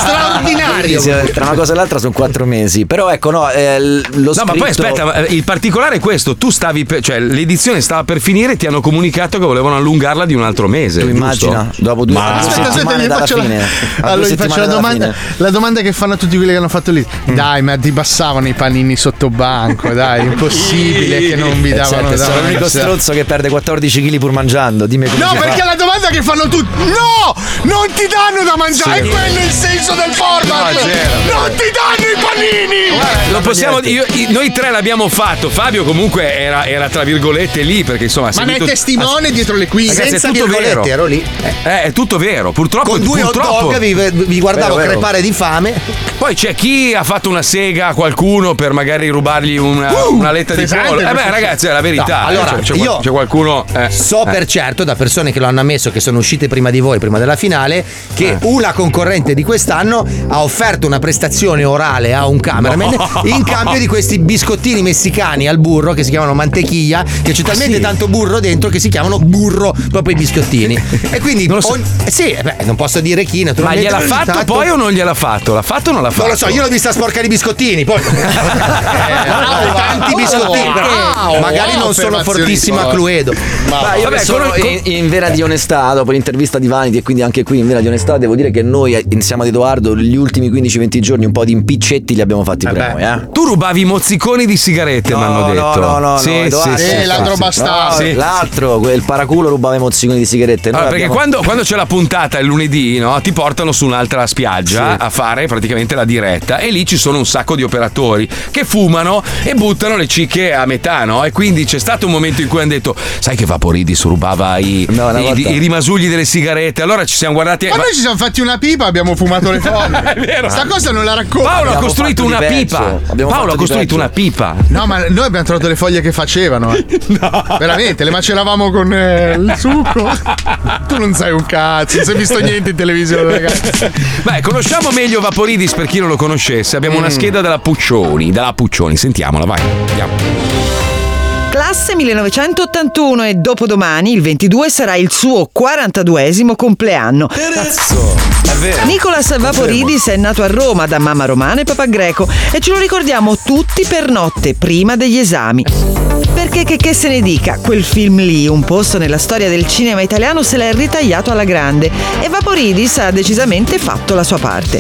Straordinario. Tra una cosa e l'altra sono quattro mesi, però ecco no, eh, l- lo No, ma poi scritto- aspetta, ma, eh, il particolare è questo: tu stavi, per- cioè l'edizione stava per finire e ti hanno comunicato che volevano allungarla di un altro mese. Tu immagina, dopo due- ma... due Aspetta, aspetta, settimane gli dalla faccio fine. la, A due allora, gli faccio settimane la dalla domanda, fine. Mm. la domanda che fanno tutti quelli che hanno fatto lì. Dai, ma ti bassavano i panini sotto banco, dai, impossibile che non vi Eh, davano certo, da sono l'unico mangiare. stronzo che perde 14 kg pur mangiando. Dimmi come No, si fa. perché la domanda domanda che fanno tutti. No! Non ti danno da mangiare! Sì. È quello il senso del format! No, zero. non ti danno i panini! Lo possiamo, io- i- noi tre l'abbiamo fatto. Fabio, comunque, era, era tra virgolette lì perché insomma. ha Ma ne è seguito- testimone ha- dietro le quinte. Ragazzi, Senza è tutto virgolette, vero. ero lì. Eh, è tutto vero. Purtroppo. Con due hot purtroppo. dog vi, vi guardavo Vero, vero. crepare di fame. Poi c'è chi ha fatto una sega a qualcuno per magari rubargli una, Uh, una letta di pesante pollo. Eh beh, questo. ragazzi, è la verità. No, Eh, allora, cioè, c'è, io c'è qualcuno. eh, So eh. per certo da persone che lo hanno ammesso, che sono uscite prima di voi, prima della finale, che Eh. una concorrente di quest'anno ha offerto una prestazione orale a un cameraman No. in cambio di questi biscottini messicani al burro che si chiamano mantequilla, che Ah, c'è talmente tanto burro dentro che si chiamano burro proprio i biscottini. e quindi ogni- sì, eh beh, non posso dire chi, Ma naturalmente. gliel'ha ogni fatto tanto- poi o non gliel'ha fatto? L'ha fatto o non l'ha fatto? Non lo so, io l'ho vista sporca di biscottini, poi. Eh, Bravo, tanti biscottini, però magari non sono fortissima a Cluedo. Dai, io che sono in, in vera di onestà, dopo l'intervista di Vanity e quindi anche qui in vera di onestà, devo dire che noi eh, insieme ad Edoardo gli ultimi 15-20 giorni un po' di impiccetti li abbiamo fatti per noi. Eh. Tu rubavi mozziconi di sigarette, mi hanno detto. No, no, no, Sì, sì, no, Edoardo, Eh, sì, sì, sì. No, Sì. L'altro, quel paraculo rubava i mozziconi di sigarette. Noi Allora, perché abbiamo- quando, quando c'è la puntata il lunedì, no, ti portano su un'altra spiaggia Sì. a fare praticamente la diretta e lì ci sono un sacco di operatori che fumano e buttano le cicche a metà, no? E quindi c'è stato un momento in cui hanno detto, sai che Vaporidis rubava i, una i- volta- i rimasugli delle sigarette, allora ci siamo guardati... Ma noi ci siamo fatti una pipa, abbiamo fumato le foglie. È vero. Sta cosa non la racconto. Paolo ha costruito una pipa. Paolo ha costruito una pipa. No, ma noi abbiamo trovato le foglie che facevano. eh. Veramente, le maceravamo con eh, il succo. Tu non sai un cazzo, non sei visto niente in televisione, ragazzi. Beh, conosciamo meglio Vaporidis per chi non lo conoscesse. Abbiamo una Mm. scheda della Puccioni, della Puccioni, sentiamola, vai. Andiamo. Classe 1981 e dopodomani, il 22, sarà il suo 42esimo compleanno. È vero. Nicolas Vaporidis è nato a Roma da mamma romana e papà greco e ce lo ricordiamo tutti per notte, prima degli esami. Perché che, che se ne dica, quel film lì, un posto nella storia del cinema italiano, se l'è ritagliato alla grande e Vaporidis ha decisamente fatto la sua parte.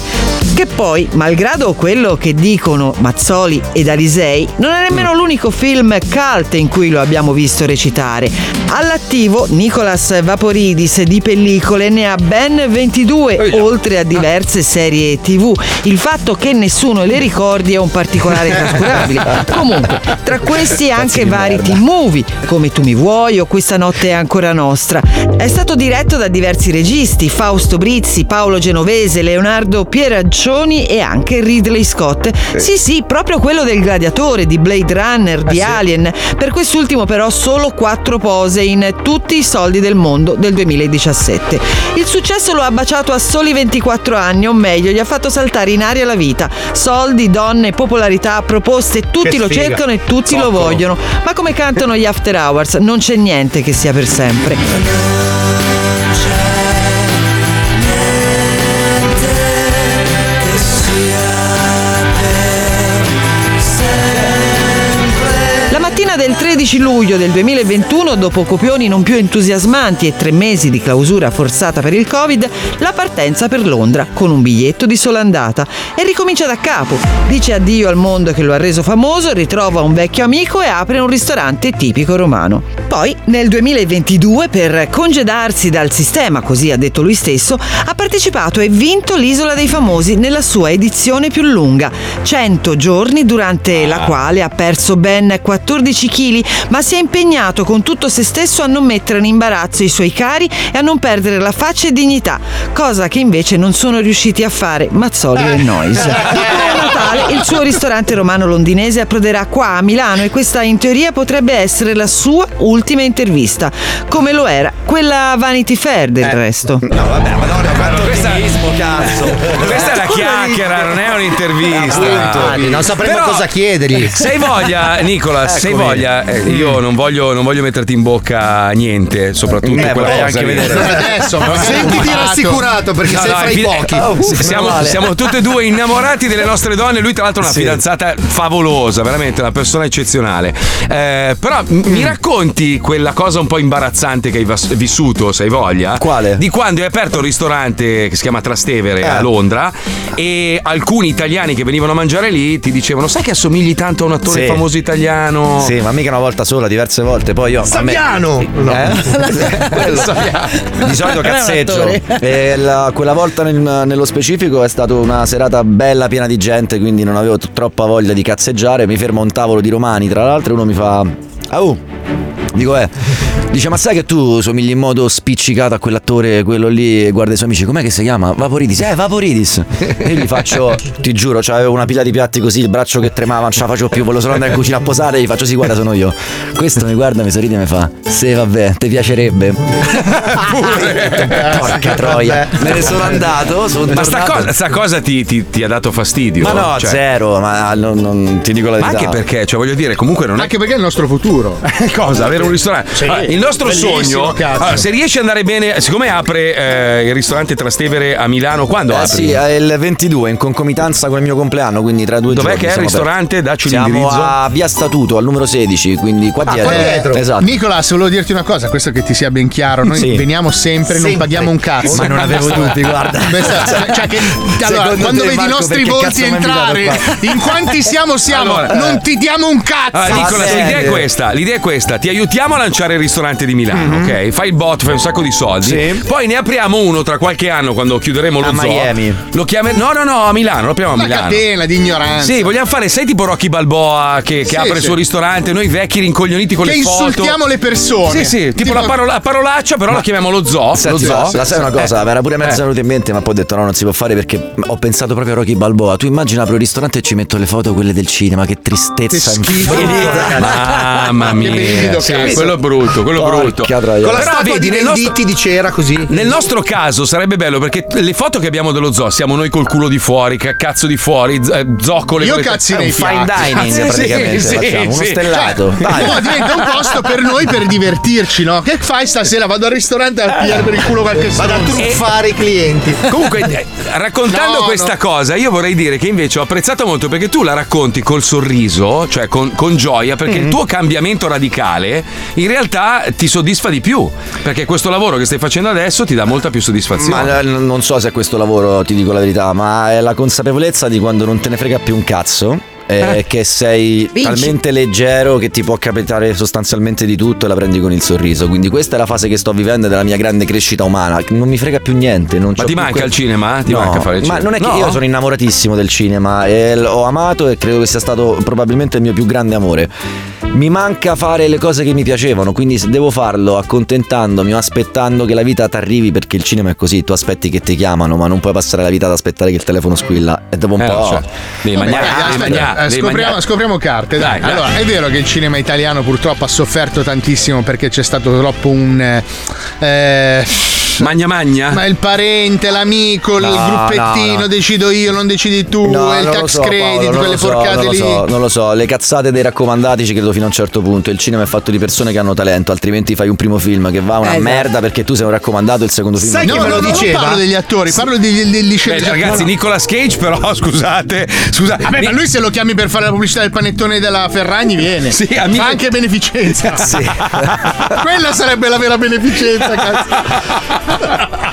Che poi, malgrado quello che dicono Mazzoli ed Alisei, non è nemmeno l'unico film cult in cui lo abbiamo visto recitare. All'attivo, Nicolas Vaporidis di pellicole ne ha ben 22, oltre a diverse serie tv. Il fatto che nessuno le ricordi è un particolare trascurabile. Comunque, tra questi anche vari T-movie, come Tu mi vuoi o Questa notte è ancora nostra. È stato diretto da diversi registi, Fausto Brizzi, Paolo Genovese, Leonardo Pieraccioni e anche Ridley Scott. Sì, sì, proprio quello del gladiatore, di Blade Runner, Ah, di Alien. Per quest'ultimo però solo quattro pose in tutti i soldi del mondo del 2017. Il successo lo ha baciato a soli 24 anni, o meglio, gli ha fatto saltare in aria la vita. Soldi, donne, popolarità, proposte, tutti Che lo sfiga. cercano e tutti lo Zoccolo. vogliono. Ma come cantano gli After Hours, non c'è niente che sia per sempre. La mattina del 13 luglio del 2021, dopo copioni non più entusiasmanti e tre mesi di clausura forzata per il Covid, la partenza per Londra con un biglietto di sola andata e ricomincia da capo. Dice addio al mondo che lo ha reso famoso, ritrova un vecchio amico e apre un ristorante tipico romano. Poi, nel 2022, per congedarsi dal sistema, così ha detto lui stesso, ha partecipato e vinto l'Isola dei Famosi nella sua edizione più lunga, 100 giorni durante la quale ha perso ben 14 kg, ma si è impegnato con tutto se stesso a non mettere in imbarazzo i suoi cari e a non perdere la faccia e dignità, cosa che invece non sono riusciti a fare Mazzoli e Noyes. Dopo Natale il suo ristorante romano londinese approderà qua a Milano e questa in teoria potrebbe essere la sua ultima intervista, come lo era quella a Vanity Fair del resto. Questa, questa è la chiacchiera, non è un'intervista. Appunto, non sapremo Però, cosa chiedergli. Se hai voglia, Nicola, se hai Eccomi. voglia, eh, io non voglio, non voglio metterti in bocca niente, soprattutto Eh, quella Eh, che cosa, anche Nicola. vedere. Adesso, ma- Sentiti rassicurato, perché sei fra i infine- pochi. Oh, uff, siamo, meno male. siamo tutti e due innamorati delle nostre donne giovane, lui tra l'altro ha una Sì. fidanzata favolosa, veramente una persona eccezionale. Eh, però m- mi racconti quella cosa un po' imbarazzante che hai vas- vissuto, se hai voglia? Quale? Di quando hai aperto un ristorante che si chiama Trastevere a Londra e alcuni italiani che venivano a mangiare lì ti dicevano "Sai che assomigli tanto a un attore Sì. famoso italiano?" Sì, ma mica una volta sola, diverse volte. Poi io. a me- Saviano! No. Eh? Quello. Di solito Non è un cazzeggio. attore. E la- quella volta nel- nello specifico è stata una serata bella piena di gente, quindi non avevo t- troppa voglia di cazzeggiare. Mi ferma un tavolo di romani, tra l'altro, e uno mi fa. Ah, oh. Dico, eh. Dice, ma sai che tu somigli in modo spiccicato a quell'attore, quello lì, e guarda i suoi amici, com'è che si chiama? Vaporidis, eh, Vaporidis. E io gli faccio, ti giuro, cioè, avevo una pila di piatti così, il braccio che tremava, non ce la facevo più, volevo solo andare in cucina a posare, e gli faccio, sì, guarda, sono io. Questo mi guarda, mi sorride e mi fa, sì, vabbè, ti piacerebbe. Porca troia, me ne sono andato, sono Ma sta tornato. cosa, sta cosa ti, ti- ti ha dato fastidio? Ma no, Cioè- zero, ma non, non- ti dico la Ma verità. anche perché, cioè voglio dire, comunque non è Eh, Anche perché è il nostro futuro. cosa avere un ristorante. Sì, Allora, il nostro bellissimo, sogno, cazzo. allora, se riesci ad andare bene, siccome apre eh, il ristorante Trastevere a Milano, quando Eh apre? sì, è il 22 in concomitanza con il mio compleanno, quindi tra due Dov'è giorni. che è il siamo ristorante? Dacci siamo l'indirizzo. a Via Statuto, al numero 16, quindi Ah, qua dietro. Esatto. Nicola, se volevo dirti una cosa, questo che ti sia ben chiaro, noi Sì. veniamo sempre, non Sempre. paghiamo un cazzo. Ma non avevo dubbi, guarda. Questa- cioè che- allora, Secondo quando te, vedi i Marco, nostri perché volti cazzo mi hai entrare, invitato qua? in quanti siamo siamo, Allora, non ti diamo un cazzo. Allora, Ah, Nicola, eh. Va l'idea è bene. questa, l'idea è questa, ti aiutiamo a lanciare il ristorante di Milano, Mhm. ok? Fai il bot, fai un sacco di soldi, Sì. poi ne apriamo uno tra qualche anno quando chiuderemo lo A zoo. Miami. Lo chiami- No, no, no, a Milano, lo apriamo a Una Milano. catena di ignoranza. Sì, vogliamo fare, sei tipo Rocky Balboa che, che Sì, apre il sì. suo ristorante, noi vecchi rincoglioniti con Che le foto. insultiamo le persone. Sì, sì, tipo, Tipo- la parola- parolaccia, però la chiamiamo lo zoo. lo Senti, zoo. Eh. la sai una cosa, mi era pure mezzo venuta in mente, ma poi ho detto no, non si può fare perché ho pensato proprio a Rocky Balboa. Tu immagina apro il ristorante e ci metto le foto quelle del cinema, che tristezza Che schifo. infinita. Mamma mia, sì, quello è brutto, quello è brutto. Con la Però statua vedi, di nel Venditti nostro- di cera così. Nel nostro caso sarebbe bello perché le foto che abbiamo dello zoo siamo noi col culo di fuori, ca- cazzo di fuori, z- eh, zoccole. Io con le- cazzi È un nei fine piatti. dining Sì, sì, praticamente. sì, facciamo, uno sì. stellato. Cioè, Dai. no, diventa un posto per noi per divertirci, no? Che fai stasera? Vado al ristorante a pigliare per il culo qualche Vado a stronzo. truffare i clienti. Comunque, eh, raccontando No, questa no. cosa, io vorrei dire che invece ho apprezzato molto perché tu la racconti col sorriso, cioè con, con gioia, perché Mm. il tuo cambiamento radicale in realtà ti soddisfa di più. Perché questo lavoro che stai facendo adesso ti dà molta più soddisfazione. Ma eh, n- non so se è questo lavoro, ti dico la verità, ma è la consapevolezza di quando non te ne frega più un cazzo. eh, Che sei Vinci. talmente leggero che ti può capitare sostanzialmente di tutto e la prendi con il sorriso. Quindi, questa è la fase che sto vivendo della mia grande crescita umana. Non mi frega più niente. Non Ma c'ho ti più manca quel- il cinema? Ah, Ti Cioè, No, manca fare il ma cinema? non è che No? io sono innamoratissimo del cinema e l- ho amato e credo che sia stato probabilmente il mio più grande amore. Mi manca fare le cose che mi piacevano, quindi se devo farlo accontentandomi o aspettando che la vita ti arrivi, perché il cinema è così, tu aspetti che ti chiamano, ma non puoi passare la vita ad aspettare che il telefono squilla e dopo un Eh, po'... cioè, devi Vabbè, mangiare, dai, devi aspetta, mangiare, eh, devi scopriamo, mangiare. scopriamo carte. Dai. Dai, dai. Allora, è vero che il cinema italiano purtroppo ha sofferto tantissimo perché c'è stato troppo un. eh, Magna magna? Ma il parente, l'amico, il No, gruppettino, no, no. decido io, non decidi tu, No, il non lo tax so, Paolo, credit, non lo quelle so, porcate non lo lì. so, non lo so, le cazzate dei raccomandati ci credo fino a un certo punto. Il cinema è fatto di persone che hanno talento, altrimenti fai un primo film che va una Eh, esatto. merda perché tu sei un raccomandato e il secondo film Sai non che ti me piace. lo diceva? parlo degli attori, parlo degli, degli Beh, sceneggiatori. ragazzi, No, no. Nicolas Cage, però, Oh, scusate, scusate. Vabbè, ma Ni- lui se lo chiami per fare la pubblicità del panettone della Ferragni viene. Sì, Fa amico- anche beneficenza. Sì. Quella sarebbe la vera beneficenza, cazzo.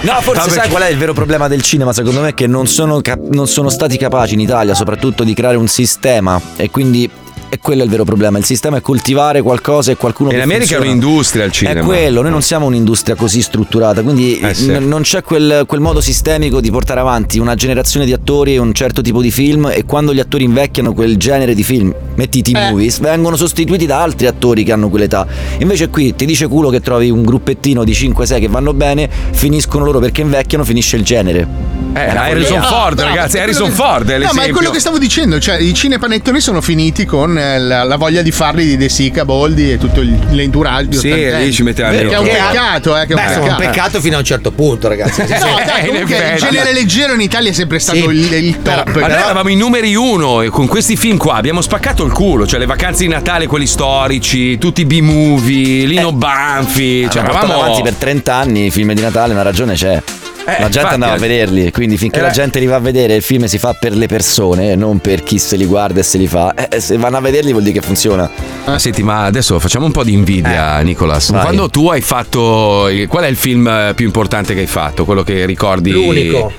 No, forse Vabbè. sai qual è il vero problema del cinema, secondo me, che non sono, cap- non sono stati capaci in Italia soprattutto di creare un sistema e quindi... E quello è il vero problema, il sistema è coltivare qualcosa e qualcuno... In che America è funziona. un'industria il È cinema. quello, noi non siamo un'industria così strutturata, quindi Eh, sì. n- non c'è quel, quel modo sistemico di portare avanti una generazione di attori e un certo tipo di film e quando gli attori invecchiano quel genere di film, metti i Eh. T-movies, vengono sostituiti da altri attori che hanno quell'età. Invece qui ti dice culo che trovi un gruppettino di 5-6 che vanno bene, finiscono loro perché invecchiano, finisce il genere. Eh, Harrison Ah, Ford, bravo, ragazzi, è quello Harrison che- Ford è No, ma è l'esempio. quello che stavo dicendo, cioè i cinepanettoni sono finiti con eh, la, la voglia di farli di De Sica, Boldi e tutto il- l'entourage di Sì, 80. lì ci metteva Che è un lì. peccato, eh, che è un peccato. Beh, insomma, un Peccato fino a un certo punto, ragazzi. No, dai, comunque il genere leggero in Italia è sempre stato Sì. il, il top. Ma noi però- eravamo i numeri uno e con questi film qua abbiamo spaccato il culo, cioè le vacanze di Natale, quelli storici, tutti i B-movie, Lino Banfi, cioè Hanno Eh. portato eravamo... avanti per 30 anni i film di Natale, una ragione c'è. la gente infatti, andava a eh. vederli, quindi finché Eh. la gente li va a vedere, il film si fa per le persone, e non per chi se li guarda e se li fa. Eh, se vanno a vederli vuol dire che funziona. Ma Ah, Senti, ma adesso facciamo un po' di invidia, Nicolas. Vai. Quando tu hai fatto. il- qual è il film eh, più importante che hai fatto? Quello che ricordi? L'unico.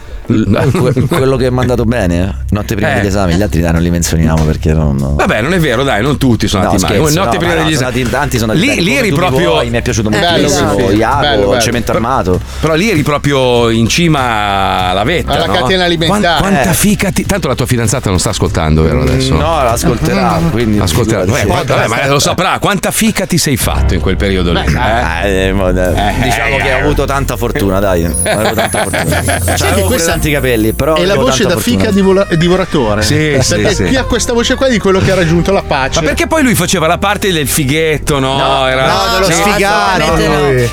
Que- quello che mi è andato bene, eh. notte prima Eh. degli esami, gli altri dai, non li menzioniamo perché non. Vabbè, non è vero, dai, non tutti sono No, andati male. scherzo, Notte no, prima no, degli sono esami. andati- tanti sono andati lì, bene, lì come eri tutti proprio. voi, mi è piaciuto moltissimo, Iago, Cemento Armato. Però lì eri proprio in cima alla vetta. Alla no? catena alimentare. Quan- quanta Eh. fica ti- Tanto la tua fidanzata non sta ascoltando, vero? Mm, Adesso? Ah. No, l'ascolterà, quindi. Ascolterà. Vabbè, Sì. quanta- vabbè, ma lo saprà, quanta fica ti sei fatto in quel periodo lì? Eh, mo- eh, Eh, diciamo eh, che eh. ho avuto tanta fortuna, dai. Avevo tanta fortuna. C'avevo pure questa- tanti capelli, però. È la avevo voce tanta da fortuna. fica divola- divoratore. Sì, sì, Perché sì. chi ha questa voce qua è di quello che ha raggiunto la pace. Ma perché poi lui faceva la parte del fighetto, no? era... no, dello Sì. sfigato.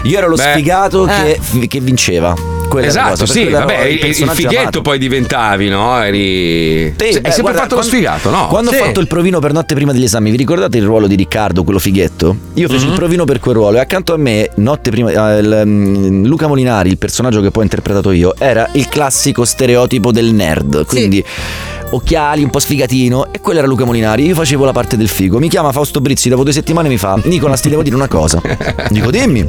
Io ero lo Beh. sfigato Eh. che, che vinceva. Quella era la esatto, cosa, per sì, cui ero vabbè, il, il personaggio fighetto amato. poi diventavi, no? Eri... Sì, Se- beh, hai sempre guarda, fatto lo quando- sfigato, no? Quando Sì. ho fatto il provino per notte prima degli esami, vi ricordate il ruolo di Riccardo, quello fighetto? Io feci Mhm. il provino per quel ruolo e accanto a me, notte prima, eh, il, mm, Luca Molinari, il personaggio che poi ho interpretato io, era il classico stereotipo del nerd. Quindi. Occhiali, un po' sfigatino, e quello era Luca Molinari. Io facevo la parte del figo. Mi chiama Fausto Brizzi dopo due settimane e mi fa: Nicolas, ti devo dire una cosa. Dico, dimmi,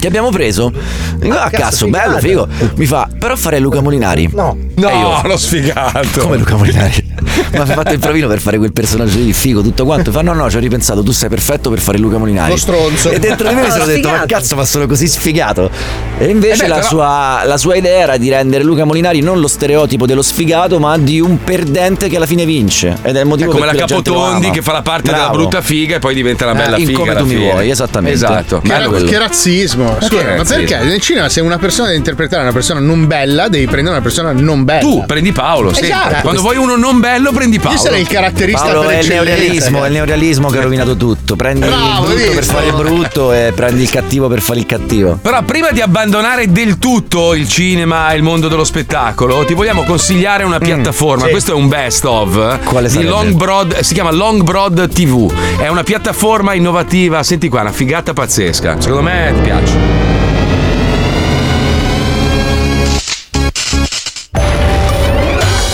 ti abbiamo preso? Dico, ah, cazzo, bello, figo. Mi fa, però farei Luca Molinari. No, No, l'ho sfigato. Eh, Come Luca Molinari? Ma hai fatto il provino per fare quel personaggio lì figo, tutto quanto. Fa no, no, ci ho ripensato, tu sei perfetto per fare Luca Molinari. Lo stronzo. E dentro di me mi No, sono detto, ma sfigato. cazzo, ma sono così sfigato. E invece Eh beh, la, però- sua, la sua idea era di rendere Luca Molinari non lo stereotipo dello sfigato, ma di un perdente che alla fine vince. Ed è È il motivo come per la cui la gente lo Capotondi ama. che fa la parte della Bravo. brutta figa e poi diventa la Eh, bella in figa. Come alla tu mi fine. vuoi, esattamente. Esatto. Che, bello quello. che razzismo. Ma Scusa, che ma razzismo? perché nel cinema se una persona deve interpretare una persona non bella, devi prendere una persona non bella. Tu prendi Paolo, sì. Esatto. Quando vuoi uno non bello, prendi Paolo. Io sarei il caratterista Paolo, per è il eccellenza. neorealismo, è il neorealismo che ha rovinato tutto. Prendi Bravo, il brutto visto? per fare il brutto e prendi il cattivo per fare il cattivo. Però prima di abbandonare del tutto il cinema e il mondo dello spettacolo, ti vogliamo consigliare una piattaforma. Mm. sì. Questo è un best of eh, Quale di sarebbe? Longbroad, si chiama Longbroad TV. È una piattaforma innovativa, senti qua, una figata pazzesca. Secondo me ti piace.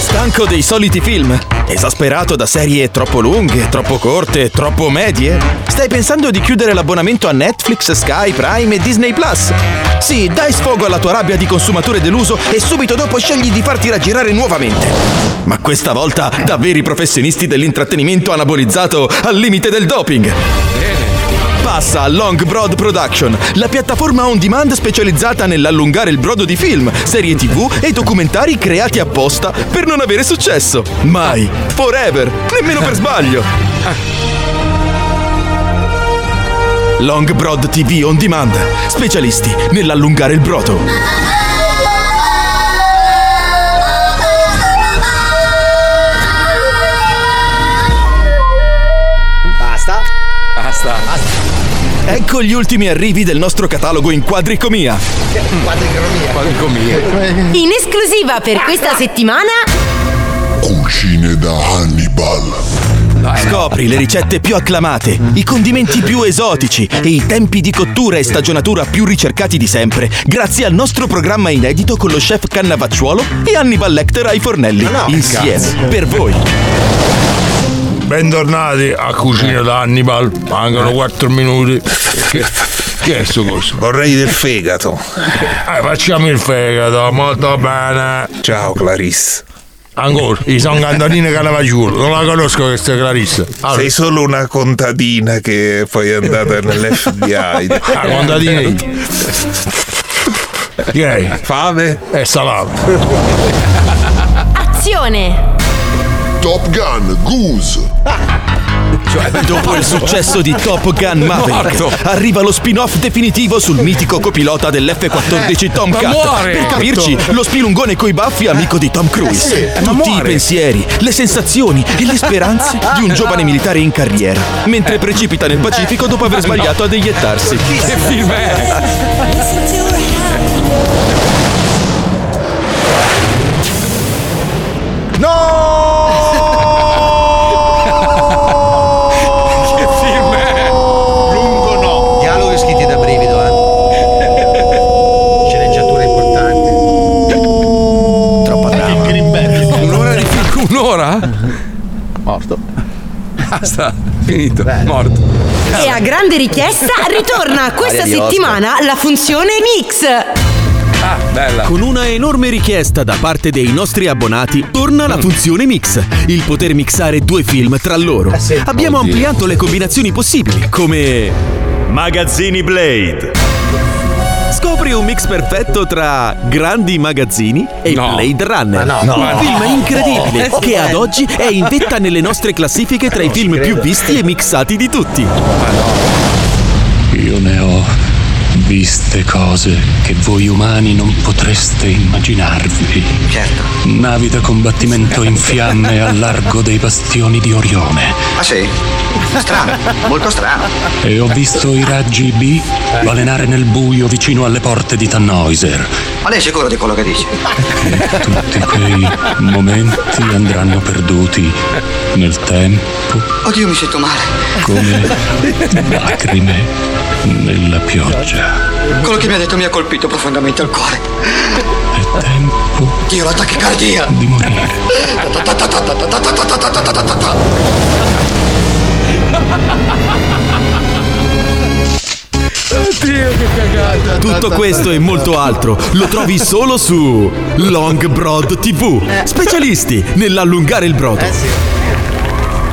Stanco dei soliti film? Esasperato da serie troppo lunghe, troppo corte, troppo medie? Stai pensando di chiudere l'abbonamento a Netflix, Sky, Prime e Disney Plus? Sì, dai sfogo alla tua rabbia di consumatore deluso e subito dopo scegli di farti raggirare nuovamente. Ma questa volta da veri professionisti dell'intrattenimento anabolizzato al limite del doping. Passa a Long Broad Production, la piattaforma on demand specializzata nell'allungare il brodo di film, serie tv e documentari creati apposta per non avere successo. Mai, forever, nemmeno per sbaglio. Long Broad TV on demand, specialisti nell'allungare il brodo. Basta. Basta. Ecco gli ultimi arrivi del nostro catalogo in quadricomia. Mm. Quadricomia. Quadricomia. In esclusiva per questa settimana Cucine da Hannibal. eh, Scopri le ricette più acclamate, i condimenti più esotici e i tempi di cottura e stagionatura più ricercati di sempre, grazie al nostro programma inedito con lo chef Cannavacciuolo e Hannibal Lecter ai fornelli. insieme, cazzo. per voi. Eh, Bentornati a Cucina da Hannibal. Mancano 4 minuti. Che, Eh. che è sto coso? Vorrei del fegato. Eh, facciamo il fegato, molto bene. Ciao Clarisse. Ancora, io sono Cantonino Calavagiolo, non la conosco questa Clarisse. Sei solo una contadina che poi è andata nell'FBI. Ah, Eh. contadini. Che Fame Eh, e salame. azione Top Gun Goose. Cioè, Dopo il successo di Top Gun Maverick, Ah. Morto. arriva lo spin-off definitivo sul mitico copilota dell'F-14 Eh, Ma Tomcat. muore! Per capirci, lo spilungone coi baffi amico di Tom Eh Cruise. sì, ma Tutti i muore! pensieri, le sensazioni e le speranze di un giovane militare in carriera, Eh. mentre precipita nel Pacifico dopo aver sbagliato ad eiettarsi. Che film è? Che film è? Oh Lungo no. Dialoghi scritti da brivido, eh. Sceneggiatura importante. morto. Basta, finito, morto. E a grande richiesta ritorna questa Aria di Oscar. settimana la funzione mix. Ah, Bella. Con una enorme richiesta da parte dei nostri abbonati, torna Mm. la funzione mix, il poter mixare due film tra loro. Abbiamo Ah, Oddio. ampliato le combinazioni possibili, come Magazzini Blade. Scopri un mix perfetto tra Grandi Magazzini e Blade Runner. Ma no. un No. film incredibile No. che ad oggi è in vetta nelle nostre classifiche tra i film più visti e mixati di tutti. Io ne ho viste cose che voi umani non potreste immaginarvi. Certo. Navi da combattimento in fiamme al largo dei bastioni di Orione. Ah sì? Strano, molto strano. E ho visto i raggi B balenare nel buio vicino alle porte di Tannhäuser. Ma lei è sicuro di quello che dice? Tutti quei momenti andranno perduti nel tempo Oddio, mi sento male. come lacrime nella pioggia. Quello che mi ha detto mi ha colpito profondamente al cuore. È tempo. Dio, la tachicardia! Di morire. Oddio, che cagata. Tutto questo e molto altro lo trovi solo su Long Broad TV, specialisti nell'allungare il brodo.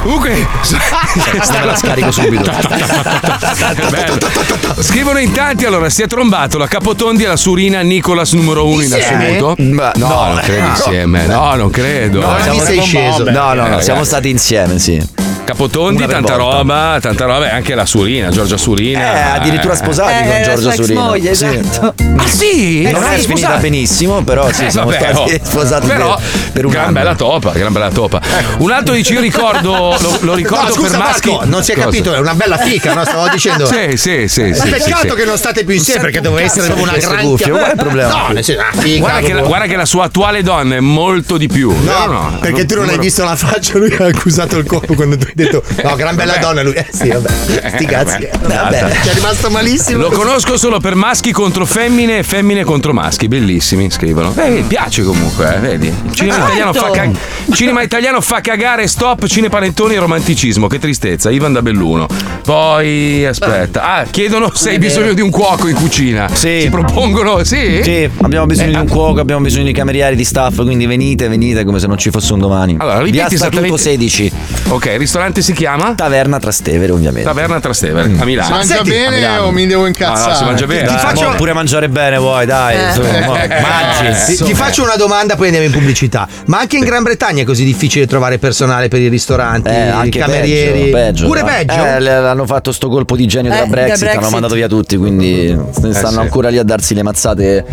Comunque, la scarico subito. Bello. Scrivono in tanti allora si è trombato la Capotondi e la Surina Nicolas numero uno in Insieme? assoluto. Mm, Ma- no, no, non credo no. insieme. No, non credo. No, siamo, No, no, no, Eh, siamo ragazzi. stati insieme, sì. Capotondi, Una per tanta volta. roba, tanta roba, e anche la Surina, Giorgia Surina. Eh, addirittura sposati eh, con Giorgia Surina. Sì. Ah sì? Non Eh, è sì, finita sposati. benissimo, però sì, Eh, siamo vabbè, stati oh. sposati Però, per, per un gran anno. bella topa, gran bella topa. Un altro dice io ricordo, lo, lo ricordo Ecco. No, scusa, per maschi. Marco, non si è Cosa? capito, è una bella fica, no? Stavo dicendo. Sì, sì, sì. Ma sì, peccato sì, sì. che non state più insieme perché doveva essere proprio una gran No, nel senso, una figa. guarda, che la, proprio. guarda che la sua attuale donna è molto di più. No, vero o no? perché tu non hai Numero- visto la faccia, lui ha accusato il corpo quando tu hai detto no, gran bella Vabbè. donna lui. Eh sì, vabbè. Sti Eh, cazzi. vabbè. Vabbè, ci è rimasto malissimo. Lo conosco solo per maschi contro femmine e femmine contro maschi, bellissimi, scrivono. Eh, mi piace comunque, eh, vedi. Il Cinema Ma italiano, fa certo. cag- cinema italiano fa cagare, stop, cine panettoni e romanticismo, che tristezza, Ivan da Belluno. Poi, aspetta, ah, chiedono se hai bisogno di un cuoco in cucina. Sì. Ti propongono, sì? Eh. Sì, abbiamo bisogno di un cuoco, abbiamo bisogno di camerieri, di staff, quindi venite, venite come se non ci fosse un domani. Allora, Via ripeti Statuto esattamente- 16. Ok, il ristorante si chiama? Taverna Trastevere, ovviamente. Mm. Taverna Trastevere, a Milano. Si mangia Senti, bene Milano. o mi devo Ah, incazzare? no, si mangia bene. Dai, Ti faccio- mo, pure mangiare bene vuoi, dai. Eh. insomma, mo, Eh. mangi. Ti, ti faccio una domanda, poi andiamo in pubblicità. Ma anche in Gran Bretagna è così difficile trovare personale per i ristoranti, Eh, i anche camerieri. peggio, peggio, Pure no? peggio. Eh, le- hanno fatto sto colpo di genio Eh, della da Brexit, Brexit. hanno mandato via tutti, quindi stanno Eh, sì. ancora lì a darsi le mazzate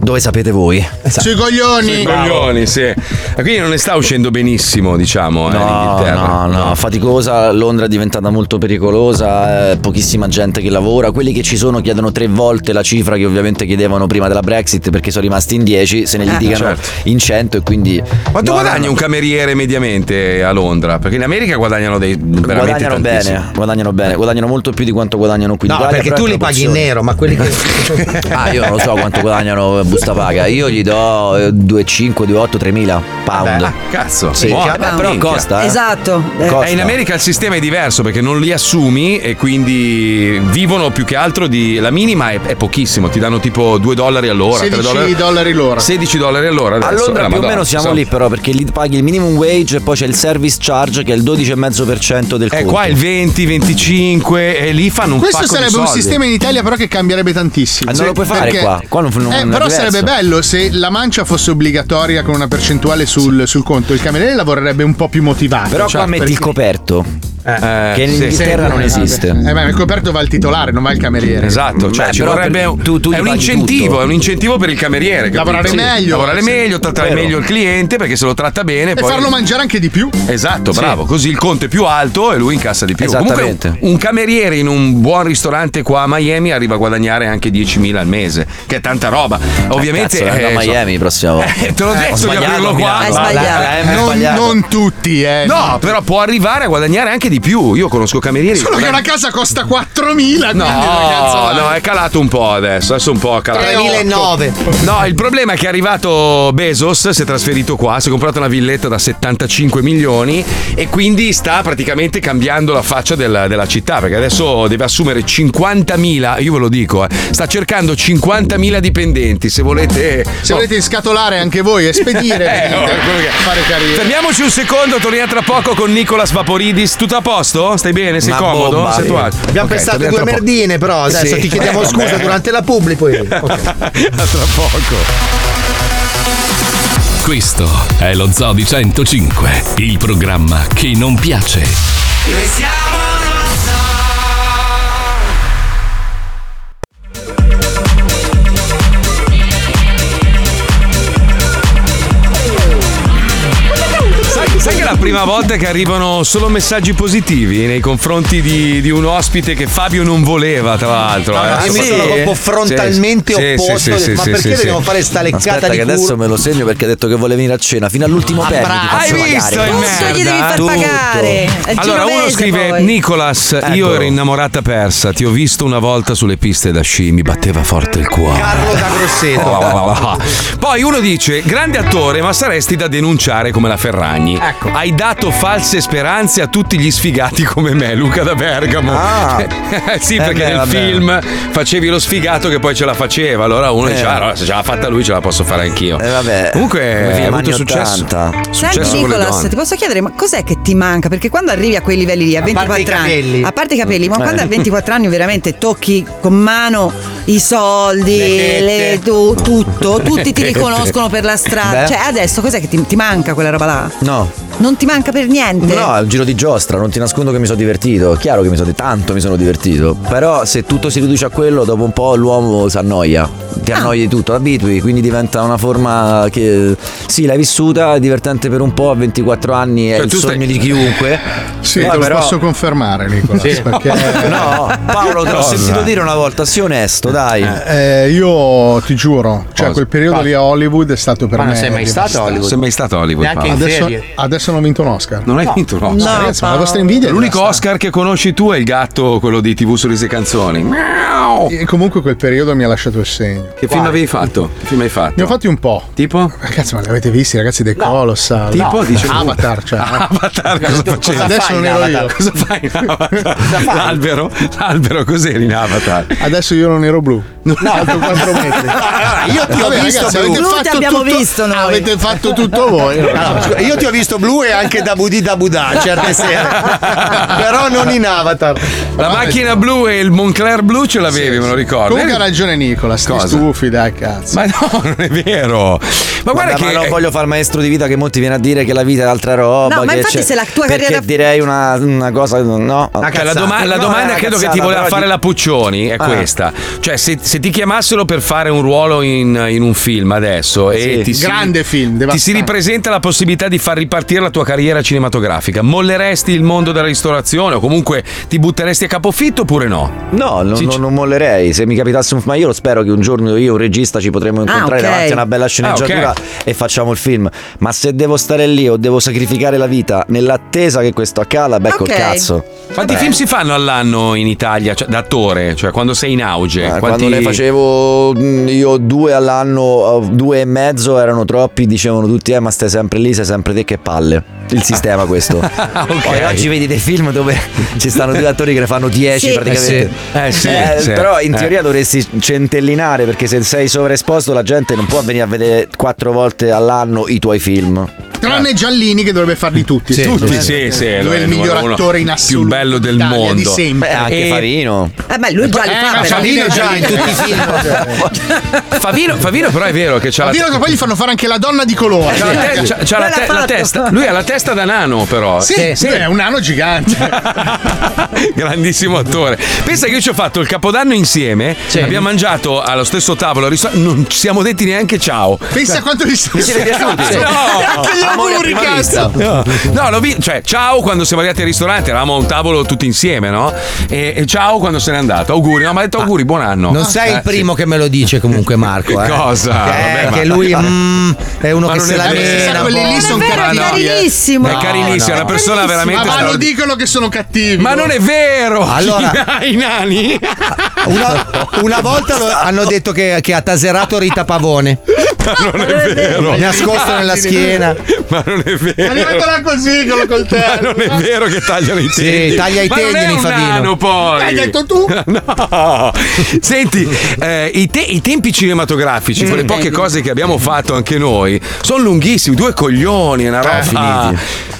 dove sapete voi. Sui coglioni. Sui coglioni, sì. Ma Quindi non ne sta uscendo benissimo, diciamo, eh, No, l'Inghilterra. no, no, faticosa, Londra è diventata molto pericolosa, eh, pochissima gente che lavora, quelli che ci sono chiedono tre volte la cifra che ovviamente chiedevano prima della Brexit perché sono rimasti in 10, se ne Eh. litigano Certo. in 100 e quindi... Quanto No, no, guadagna no. un cameriere mediamente a Londra? Perché in America guadagnano dei veramente Guadagnano tantissimi. bene, guadagnano bene, guadagnano molto più di quanto guadagnano qui in No, Italia, perché però tu è li paghi in proporzione. nero, ma quelli che. Ah, io non lo so quanto guadagnano eh, busta paga. Io gli do eh, 2,5, 2,8, 3.000 pound. Ah, cazzo, Sì, buono. eh, però Minchia. costa. eh. Esatto. Eh, Costa. in America il sistema è diverso perché non li assumi e quindi vivono più che altro di. La minima è, è pochissimo, ti danno tipo 2 dollari all'ora, 16 3 dollari, dollari l'ora. 16 dollari all'ora. A adesso. Londra Eh, più o Madonna, meno siamo so. lì però perché lì paghi il minimum wage e poi c'è il service charge che è il 12,5% del Eh, conto. qua il 20, 25 e lì fanno un Questo sacco di sarebbe un soldi. sistema in Italia però che cambierebbe tantissimo. Ah, Eh, non lo puoi fare Perché- qua. Qua non- non- Eh, non è però diverso. sarebbe bello se la mancia fosse obbligatoria con una percentuale sul, sul conto. Il cameriere lavorerebbe un po' più motivato. Però cioè, qua metti il perché- coperto. che in sì. Inghilterra non Eh, esiste. vabbè. Eh, ma il coperto va al titolare, non va al cameriere. Esatto, cioè Beh, ci però vorrebbe per- un- tu- tu è gli un paghi incentivo, tutto. è un incentivo per il cameriere. capito? Lavorare meglio. lavorare Sì. meglio, trattare Vero. meglio il cliente perché se lo tratta bene. E eh, poi... farlo mangiare anche di più. Esatto, Sì. bravo. Così il conto è più alto e lui incassa di più. Esattamente. Comunque, un cameriere in un buon ristorante qua a Miami arriva a guadagnare anche 10.000 al mese, che è tanta roba. Ovviamente. Eh, cazzo, andrò a Miami prossima volta. Eh, te l'ho Eh, ho detto di sbagliato, aprirlo mi qua. ha- Hai sbagliato. Eh, mi ha Non, sbagliato. non tutti, eh. No, però può arrivare a guadagnare anche di di più. Io conosco camerieri. Solo che una casa costa 4.000. No, quindi ragazzo, va. no, è calato un po' adesso, adesso un po' è calato. 3009. No, il problema è che è arrivato Bezos, si è trasferito qua, si è comprato una villetta da 75 milioni e quindi sta praticamente cambiando la faccia della, della città, perché adesso deve assumere 50.000, io ve lo dico, eh, sta cercando 50.000 dipendenti, se volete... Se no. volete inscatolare anche voi e spedire, Eh, venite, oh, quello che- fare carriera. Fermiamoci un secondo, torniamo tra poco con Nicolas Vaporidis. Tutto a posto? Stai bene? Sei Una comodo? bomba. Sei tu- Abbiamo Ok, pensato torniamo due tra poco. merdine, però adesso Sì. ti chiediamo Eh, scusa vabbè. durante la pubblica poi. A tra poco. Questo è lo Zoo di 105, il programma che non piace. Noi siamo lo Sai, sai che è la prima volta che arrivano solo messaggi positivi nei confronti di, di un ospite che Fabio non voleva, tra l'altro. eh. Ah, Sì, sì? sì, sì, sì, sì, sì, sì, sì, sì. Aspetta che adesso me lo segno perché ha detto che vuole venire a cena fino all'ultimo perno ti faccio pagare. Tutto. Allora uno scrive Nicolas, io Eccolo. ero innamorata persa, ti ho visto una volta sulle piste da sci, mi batteva forte il cuore. Carlo da Grosseto. Poi uno dice, grande attore, ma saresti da denunciare come la Ferragni. Hai dato false speranze a tutti gli sfigati come me, Luca da Bergamo. Ah. sì, Eh perché beh, nel vabbè. film facevi lo sfigato che poi ce la faceva, allora uno Eh. dice, "Ah, allora, se ce l'ha fatta lui ce la posso fare anch'io. come Comunque, film ha avuto anni successo. 80. successo Senti con le Nicolas, donne. ti posso chiedere, ma cos'è che ti manca? Perché quando arrivi a quei livelli lì, a parte 24 i capelli. anni, a parte i capelli, ma Eh. quando a 24 anni veramente tocchi con mano i soldi, Le tette. le- tu- tutto, Le tutti ti tette. riconoscono per la strada. Beh. Cioè adesso cos'è che ti, ti manca quella roba là? No. Non ti manca per niente? No, è un giro di giostra, non ti nascondo che mi sono divertito, chiaro che mi sono tanto mi sono divertito, però se tutto si riduce a quello, dopo un po' l'uomo si annoia, ti annoia di tutto, abitui, quindi diventa una forma che sì, l'hai vissuta, è divertente per un po', a 24 anni è Cioè, il tu stai- sogno di chiunque. Eh, Sì, Poi te lo però- posso confermare, Nicolas. Sì. Perché... No, Paolo, te l'ho Cosa? sentito dire una volta, sii onesto, dai. Eh, io ti giuro, cioè Cosa? quel periodo lì a Hollywood è stato per Ma me. non sei mai stato a devastante. Hollywood? Sei mai stato a Hollywood, Neanche Paolo? in Adesso, serie? adesso non ho vinto un Oscar. Non hai vinto un Oscar? No, Lorenzo, la vostra invidia. è L'unico Oscar che conosci tu è il gatto, quello di TV sulle sei canzoni. E comunque quel periodo mi ha lasciato il segno. Che film avevi fatto? Che film hai fatto? Ne ho fatti un po'. Tipo? Cazzo, ma li avete visti, ragazzi, dei Colossal. Tipo? No. Dice- Avatar, cioè. Avatar, cosa facevi? Adesso non ero io. Cosa fai in Avatar? L'albero? L'albero, cos'eri in Avatar? Adesso io non ero blu. No, alto 4 metri. io ti ho visto avete blu. Blu ti fatto abbiamo tutto, visto noi. Avete fatto tutto voi. No, scusa, io ti ho visto blu e anche da Budi da Budà Ah, certe sere. Però non in avatar. La macchina blu e il Moncler blu ce l'avevi, me lo ricordo. Comunque ha Eri- ragione Nicola, sti Cosa? stufi, dai cazzo. Ma no, non è vero. Ma guarda Guarda, che. ma non voglio far maestro di vita che molti viene a dire che la vita è altra roba. No, ma che infatti c'è- se la tua perché carriera- direi una, una cosa. No. Cioè, la, doma- la Esatto. No, domanda è una credo che ti cazzata, voleva però fare di- la Puccioni è Ah. questa. Cioè, se, se ti chiamassero per fare un ruolo in, in un film adesso e ti si- Grande film, ti si devastante. ripresenta la possibilità di far ripartire la tua carriera cinematografica, molleresti il mondo della ristorazione o comunque ti butteresti a capofitto oppure no? No, non, non- non mollerei. Se mi capitasse un. Ma io lo spero che un giorno io e un regista ci Ah, potremo incontrare ok. davanti a una bella sceneggiatura Ah, ok. e facciamo il film. Ma se devo stare lì o devo sacrificare la vita nell'attesa che questo accada, beh, col Ok. cazzo. Quanti Eh. film si fanno all'anno in Italia, cioè, da attore, cioè quando sei in auge? Quanti- Eh, Quando ne facevo mh, io due all'anno, eh, due e mezzo erano troppi, dicevano tutti: Eh, ma stai sempre lì, sei sempre te che palle. Il sistema questo. Eh, Poi oggi vedi dei film dove ci stanno due attori che ne fanno 10 Sì. praticamente. Eh, sì. Eh, sì, sì. Però in Eh. teoria dovresti centellinare perché se sei sovraesposto la gente non può venire a vedere quattro volte all'anno i tuoi film. Tranne Giallini che dovrebbe farli tutti. Certo. Sì, secondo tutti, me. sì, sì, Lui allora è è il il miglior numero uno attore in assoluto. più bello del d'Italia mondo. Di sempre. Beh, Eh, anche E- Farino. Eh beh, lui già li Eh, fa ma però. Giallini è già in tutti i film. Favino, Favino però è vero che c'ha Ma la, Dirlo che poi gli fanno fare anche la donna di colore. c'ha la te- c'ha- c'ha la te- la testa. Lui ha la testa da nano però. Sì, Eh, sì, è un nano gigante. Grandissimo attore. Pensa che io ci ho fatto il capodanno insieme. Abbiamo mangiato allo stesso tavolo, al ristorante, non ci siamo detti neanche ciao. Cioè, Pensa quanto gli sono Sì, piaciuti. sì. No. Neanche glielo Amore a prima vista. No, no, l'ho visto. Cioè, ciao quando siamo arrivati al ristorante, eravamo a un tavolo tutti insieme, no? E, e ciao quando se n'è andato. Auguri, no, mi ha detto auguri, buon anno. Ah. Non sei Eh, il primo che me lo dice comunque Marco. eh. Cosa? Eh, Vabbè, ma- che lui mm, è uno Ma che non se è la vero. mena. boh. Quelli lì sono Ma no. cattivi. eh. Carinissimo. È carinissimo, è una persona veramente Ma vanno straordinaria. dicono che sono cattivi. Ma non è vero! Allora- I nani! Una, una volta lo- hanno detto che, che ha taserato Rita Pavone. non è vero. Nascosto nella schiena. Ma non è vero. Arrivato là così con lo Ma coltello. non è vero che tagliano i tendini. taglia i Ma non è tendini, un Favino. nano, poi. L'hai detto tu? No. Senti, eh, i, te- i tempi cinematografici, Mm. quelle poche cose che abbiamo fatto anche noi, sono lunghissimi. Due coglioni, è una Eh, ah. roba.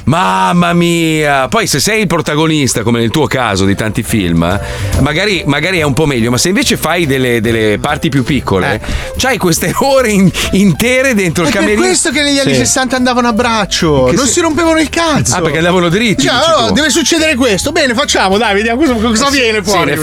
Mamma mia! Poi se sei il protagonista, come nel tuo caso di tanti film, eh, magari, magari è un po' meglio, ma se invece fai delle, delle parti più Eh. piccole, c'hai queste ore in- intere dentro È il per camerino. questo che negli anni Sì. 60 andavano a braccio, Che non se- si rompevano il cazzo. Ah, perché andavano dritti, Cioè, dici oh, tu. deve succedere questo. Bene, facciamo, dai, vediamo cosa, cosa viene Sì, fuori. No,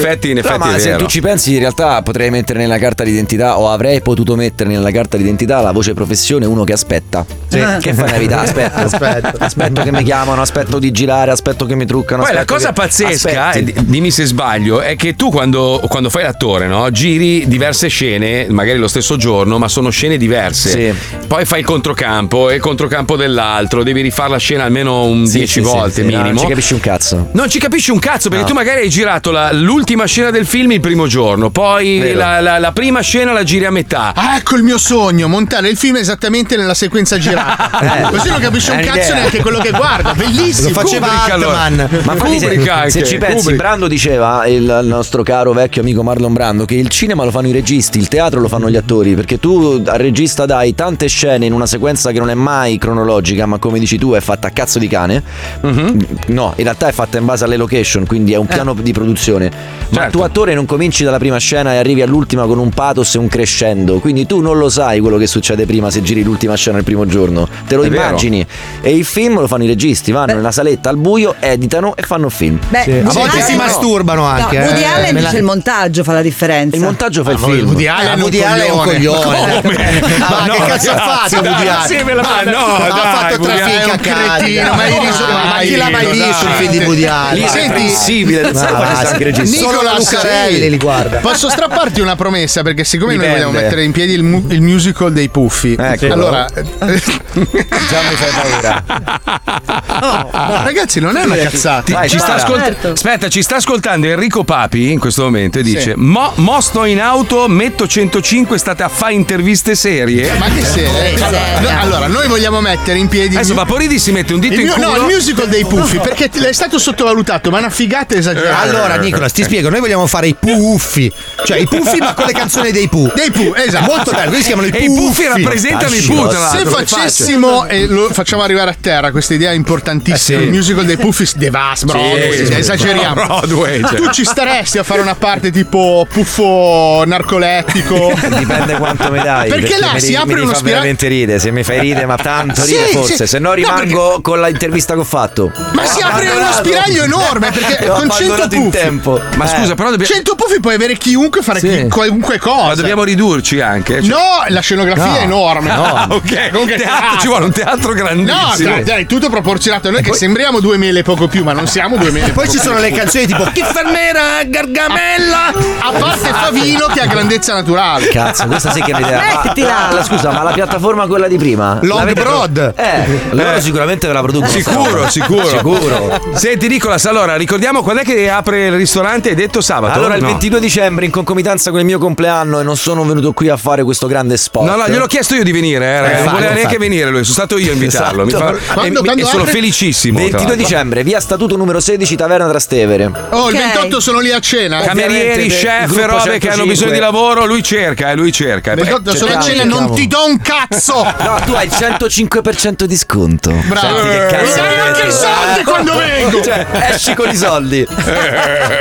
ma se tu ci pensi, in realtà potrei mettere nella carta d'identità o avrei potuto mettere nella carta d'identità la voce professione uno che aspetta. Sì. Che fa una vita? Aspetta, Aspetto. aspetto. aspetto che mi chiamano, aspetto di girare, aspetto che mi truccano. Poi la aspetto cosa che- pazzesca, aspetti. eh, di- dimmi se sbaglio, è che tu quando, quando fai l'attore, no, giri diverse scene, magari lo stesso giorno, ma sono scene diverse. Poi fai il controcampo e il controcampo dell'altro, devi rifare la scena almeno un Sì, 10 sì, sì, volte sì, no, minimo. non ci capisci un cazzo. Non ci capisci un cazzo perché No. tu magari hai girato la- l'ultima scena del film il primo giorno, poi Vero. la, la- la prima scena la giri a metà. Ah, ecco il mio sogno, montare il film esattamente nella sequenza girata. Eh. Così non capisce un È cazzo un'idea. neanche quello che guarda. Bellissimo. Lo faceva Kubrick, allora. Altman. Ma infatti, se, se ci pensi, Brando diceva, il nostro caro vecchio amico Marlon Brando, che il cinema lo fanno i registi, il teatro lo fanno gli attori, perché tu al regista dai tante scene in una sequenza che non è mai cronologica, ma come dici tu è fatta a cazzo di cane. Mhm. No, in realtà è fatta in base alle location, quindi Eh. è un piano di produzione. Ma Certo. tu attore non cominci dalla prima scena e arrivi all'ultima con un pathos e un crescendo, quindi tu non lo sai quello che succede prima se giri l'ultima scena il primo giorno. Te lo È vero. immagini. E il film lo fanno i registi, vanno nella saletta al buio, editano e fanno film. Beh, Sì. A volte si masturbano anche. no, Woody eh. Allen Me la- dice il montaggio fa la differenza. Il montaggio fa il film. Woody Allen è un Woody Allen è un coglione. coglione. Ah, Ma che cazzo ha fatto Woody Allen? Ma no, ha dai, fatto Woody tre Allen è film un a cretino, cretino. ma Ma, hai riso mai, chi l'ha mai dai. visto il film di Woody Allen? Lì è imprensibile, Ma sai, va, sai, sì. che regista. Solo la Nicola Lucarelli Sarelli. li guarda. Posso strapparti una promessa? Perché siccome noi Dipende. vogliamo mettere in piedi il, mu- il musical dei puffi, Eccolo. allora. Già mi fai paura. No, ragazzi, non è una cazzata. Ti- ci sta ascolt- Aspetta, ci sta ascoltando Enrico Papi in questo momento e dice: Mo, mo sto in auto, metto 105, state a fare interviste serie. Ma che serie? No, allora, noi vogliamo mettere in piedi. Adesso Vaporidi si mette un dito il in mio- culo. No, il musical dei puffi, perché è stato sottovalutato, ma è una figata esagerata. Allora, Nicola, ti spiego, noi vogliamo fare i puffi, cioè i puffi ma con le canzoni dei Pooh. Dei Pooh, esatto. Molto bello, questi si chiamano i E puffi. i Puffi rappresentano i Pooh, tra Se l'altro, che facessimo, e lo facciamo arrivare a terra, questa idea è importantissima. Eh sì. Il musical dei puffi si devasta, Broadway, cioè, Sì, sì, esageriamo. Broadway, cioè. Tu ci staresti a fare una parte tipo puffo narcolettico? Dipende quanto mi dai. Perché, là mi si ri- apre mi uno fa spiraglio. veramente ride, se mi fai ride, ma tanto Sì, ride forse, sì. se no No, rimango con l'intervista che ho fatto. Ma si apre uno spiraglio enorme perché Ho con 100 abbandonato in puffi. tempo. Eh. Ma scusa, però dobbiamo- 100 puffi puoi avere chiunque fare chi- qualunque cosa. Ma dobbiamo ridurci anche. cioè- No, la scenografia No. è enorme. No. Ah, ok. Comunque, ah. Teatro, ci vuole un teatro grandissimo. No, dai, dai, tutto proporzionato. Noi che sembriamo due mele e poco più, ma non siamo due mele. E poi ci sono le canzoni tipo Chi fermera Gargamella? A Ah, parte Favino che ha grandezza naturale. Cazzo, questa sì che è un'idea. Ma- Mettila. Ah, la- scusa, ma la piattaforma quella di prima? Long L'avete- Broad. Eh, loro sicuramente ve la producono. Sicuro, sicuro. Sicuro. Senti, Nicolas, allora ricordiamo quando è che apre il ristorante? Hai detto sabato? Allora, il No. 22 dicembre, in concomitanza con il mio compleanno, e non sono venuto qui a fare questo grande spot. No, no, gliel'ho chiesto io di venire, eh, ragazzi. non infatti, voleva neanche Esatto. infatti. venire lui, sono stato io a invitarlo. Mi Esatto. fa- e, e sono apre? felicissimo. tra 22 l'altro. dicembre, via Statuto numero 16, Taverna Trastevere. Oh, il 28 sono lì a cena. Camerieri, Certo chef, gruppo robe che hanno 105. bisogno di lavoro, lui cerca, eh, lui cerca. Il 28 sono a cena, non ti do un cazzo. No, tu hai il 105% di sconto. Bravo. Senti che cazzo Mi dai è anche i questo? soldi Eh. quando vengo. Cioè, esci con i soldi.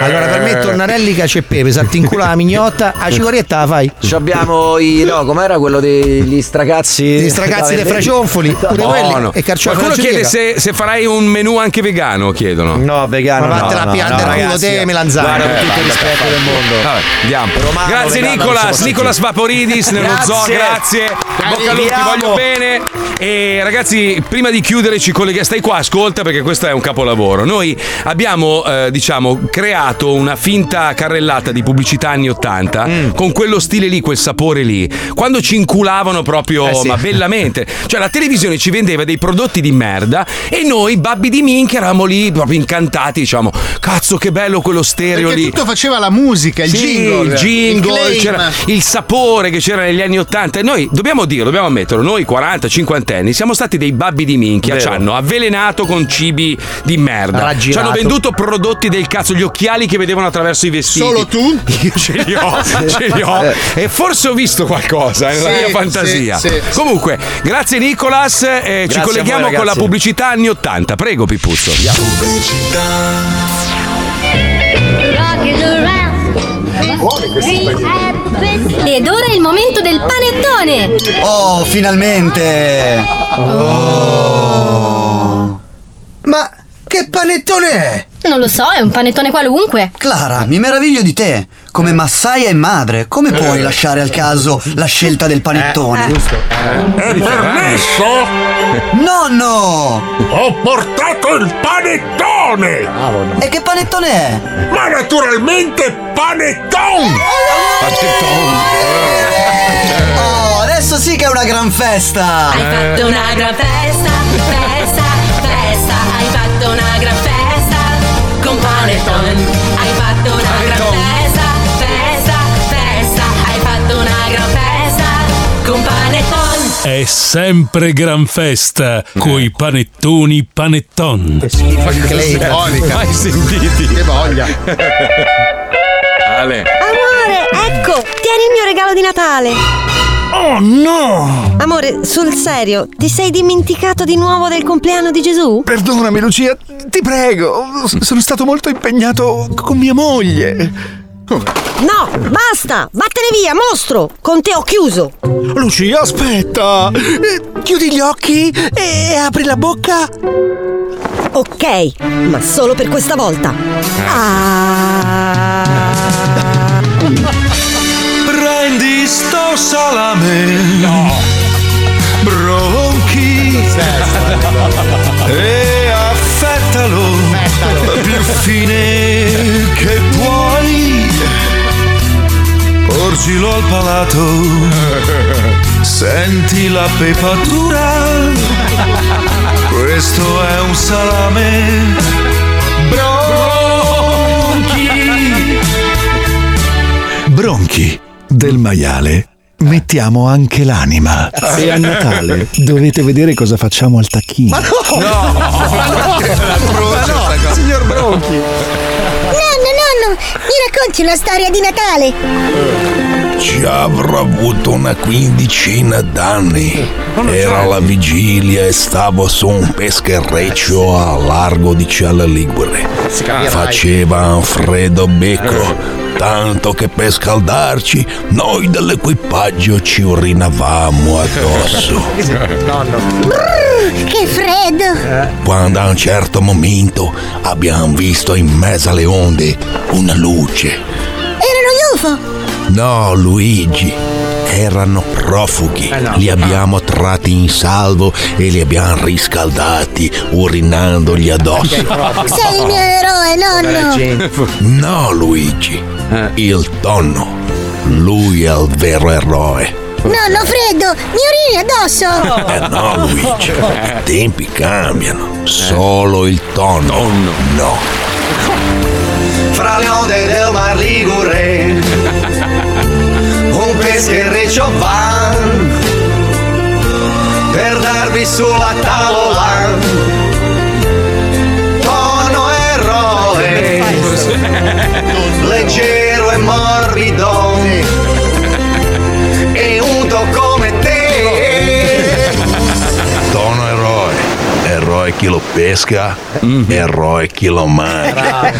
Allora per me Tornarelli cacio e pepe, salti in culo la mignotta, a civorietta la fai. Ci abbiamo i. No, com'era quello degli stracazzi? Gli stracazzi dei fracionfoli, pure Buono. quelli, e carciofi Qualcuno alla chiede gioiera. se, se farai un menù anche vegano, chiedono. No, vegano. Ma no, vattela a no, piangere no, il culo ragazzi, te, melanzane. guarda, Eh, con tutto vabbè, il rispetto vabbè. del mondo. Vabbè, andiamo. Romano, grazie vegano, non si Nicolas, può Nicolas Vaporidis nello Grazie. zoo, grazie. Bocca Caluti, Vediamo. voglio bene. E ragazzi, prima di chiudere, ci collega, stai qua, ascolta perché questo è un capolavoro. Noi abbiamo, eh, diciamo, creato una finta carrellata di pubblicità anni 80 con quello stile lì, quel sapore lì. Quando ci inculavano proprio, Eh sì. ma bellamente. Cioè, la televisione ci vendeva dei prodotti di merda e noi, babbi di minchia, eravamo lì proprio incantati, diciamo, cazzo, che bello quello stereo Perché lì. tutto faceva la musica, il Sì, jingle, il jingle, il claim. c'era il sapore che c'era negli anni 80. E Noi dobbiamo dirlo, dobbiamo ammetterlo, noi 40, 50 anni siamo stati dei babbi di minchia, Vero. ci hanno avvelenato con cibi di merda. Ci Raggirato. hanno venduto prodotti del cazzo, gli occhiali che vedevano attraverso i vestiti. Solo tu? Io ce li ho, ce li ho. E forse ho visto qualcosa eh, nella Sì, mia sì, fantasia. sì, sì. Comunque, grazie Nicolas, eh, ci Grazie a voi, colleghiamo con la ragazzi. pubblicità anni 80. Prego Pippuzzo. Ed ora è il momento del panettone! Oh, finalmente! Oh. Ma che panettone è? Non lo so, è un panettone qualunque. Clara, mi meraviglio di te. Come massaia e madre, come puoi lasciare al caso la scelta del Eh, panettone? È Eh, permesso? Nonno! Ho portato il panettone! E che panettone è? Ma naturalmente panettone! Eh. Oh, adesso sì che è una gran festa! Hai fatto una gran festa, festa, festa, hai fatto una gran festa con cioè, panettone. Hai fatto una gran festa, festa, festa, hai fatto una gran festa con panettone. È sempre gran festa Ecco. coi panettoni panetton. Mai sentiti. Che voglia. Ale. Amore, ecco, tieni il mio regalo di Natale. Oh no! Amore, sul serio, ti sei dimenticato di nuovo del compleanno di Gesù? Perdonami, Lucia, ti prego. S- sono stato molto impegnato con mia moglie. No, basta! Vattene via, mostro! Con te ho chiuso! Lucia, aspetta! Eh, Chiudi gli occhi e apri la bocca. Ok, ma solo per questa volta. Ah. Prendi sto salame. No. Bronchi. E affettalo. Più fine che puoi. Porgilo al palato. Senti la pepatura. Questo è un salame. Bronchi. Bronchi del maiale. Mettiamo anche l'anima. E a Natale dovete vedere cosa facciamo al tacchino. Signor Bronchi. Nonno, nonno, mi racconti una storia di Natale? Ci avrò avuto una quindicina d'anni. Era la vigilia e stavo su un peschereccio a largo di Cialla Ligure. capirà mai. Faceva un freddo becco. Tanto che per scaldarci noi dell'equipaggio ci urinavamo addosso. Brrr, che freddo! Quando a un certo momento abbiamo visto in mezzo alle onde una luce. Erano gli UFO! No, Luigi, erano profughi. Li abbiamo tratti in salvo e li abbiamo riscaldati urinandogli addosso. Sei il mio eroe, nonno! No, Luigi, il tonno. Lui è il vero eroe. Nonno, freddo, mi urini addosso! Eh no, Luigi, i tempi cambiano. Solo il tonno. No. Fra le onde del Mar Ligure, un peschereccio va per darvi sulla tavola. Tono eroe, leggero e morbido, e unto come te. Tonno eroe. Eroe chi lo pesca, eroe chi lo mangia.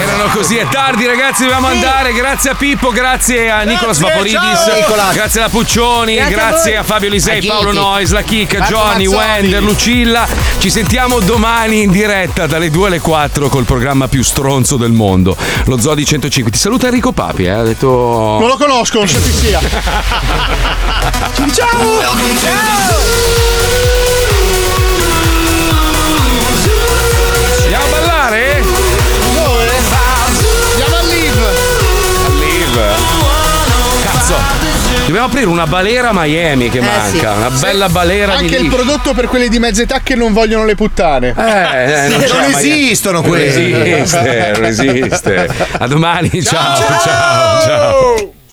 Erano così, è tardi ragazzi, dobbiamo andare. Grazie a Pippo, grazie a Nicolas Vaporidis, ciao, Nicolas. grazie alla Puccioni, Grazie grazie, a voi. a, Fabio A Lisei, Chiti. Paolo Nois, la Chicca, Marco Johnny, Mazzoni. Wender, Lucilla. Ci sentiamo domani in diretta dalle 2 alle 4 col programma più stronzo del mondo, lo Zoo di 105. Ti saluta Enrico Papi, eh, ha detto... Non lo conosco, non so chi sia. Ciao! Andiamo a ballare? Dove? Andiamo al live! Cazzo! Dobbiamo aprire una balera a Miami che Eh, manca, sì. una bella balera di Anche lì. il prodotto per quelli di mezza età che non vogliono le puttane. Eh, Sì. c'è Non mai- esistono Non quelle. esiste, non esiste. A domani, ciao, ciao. ciao.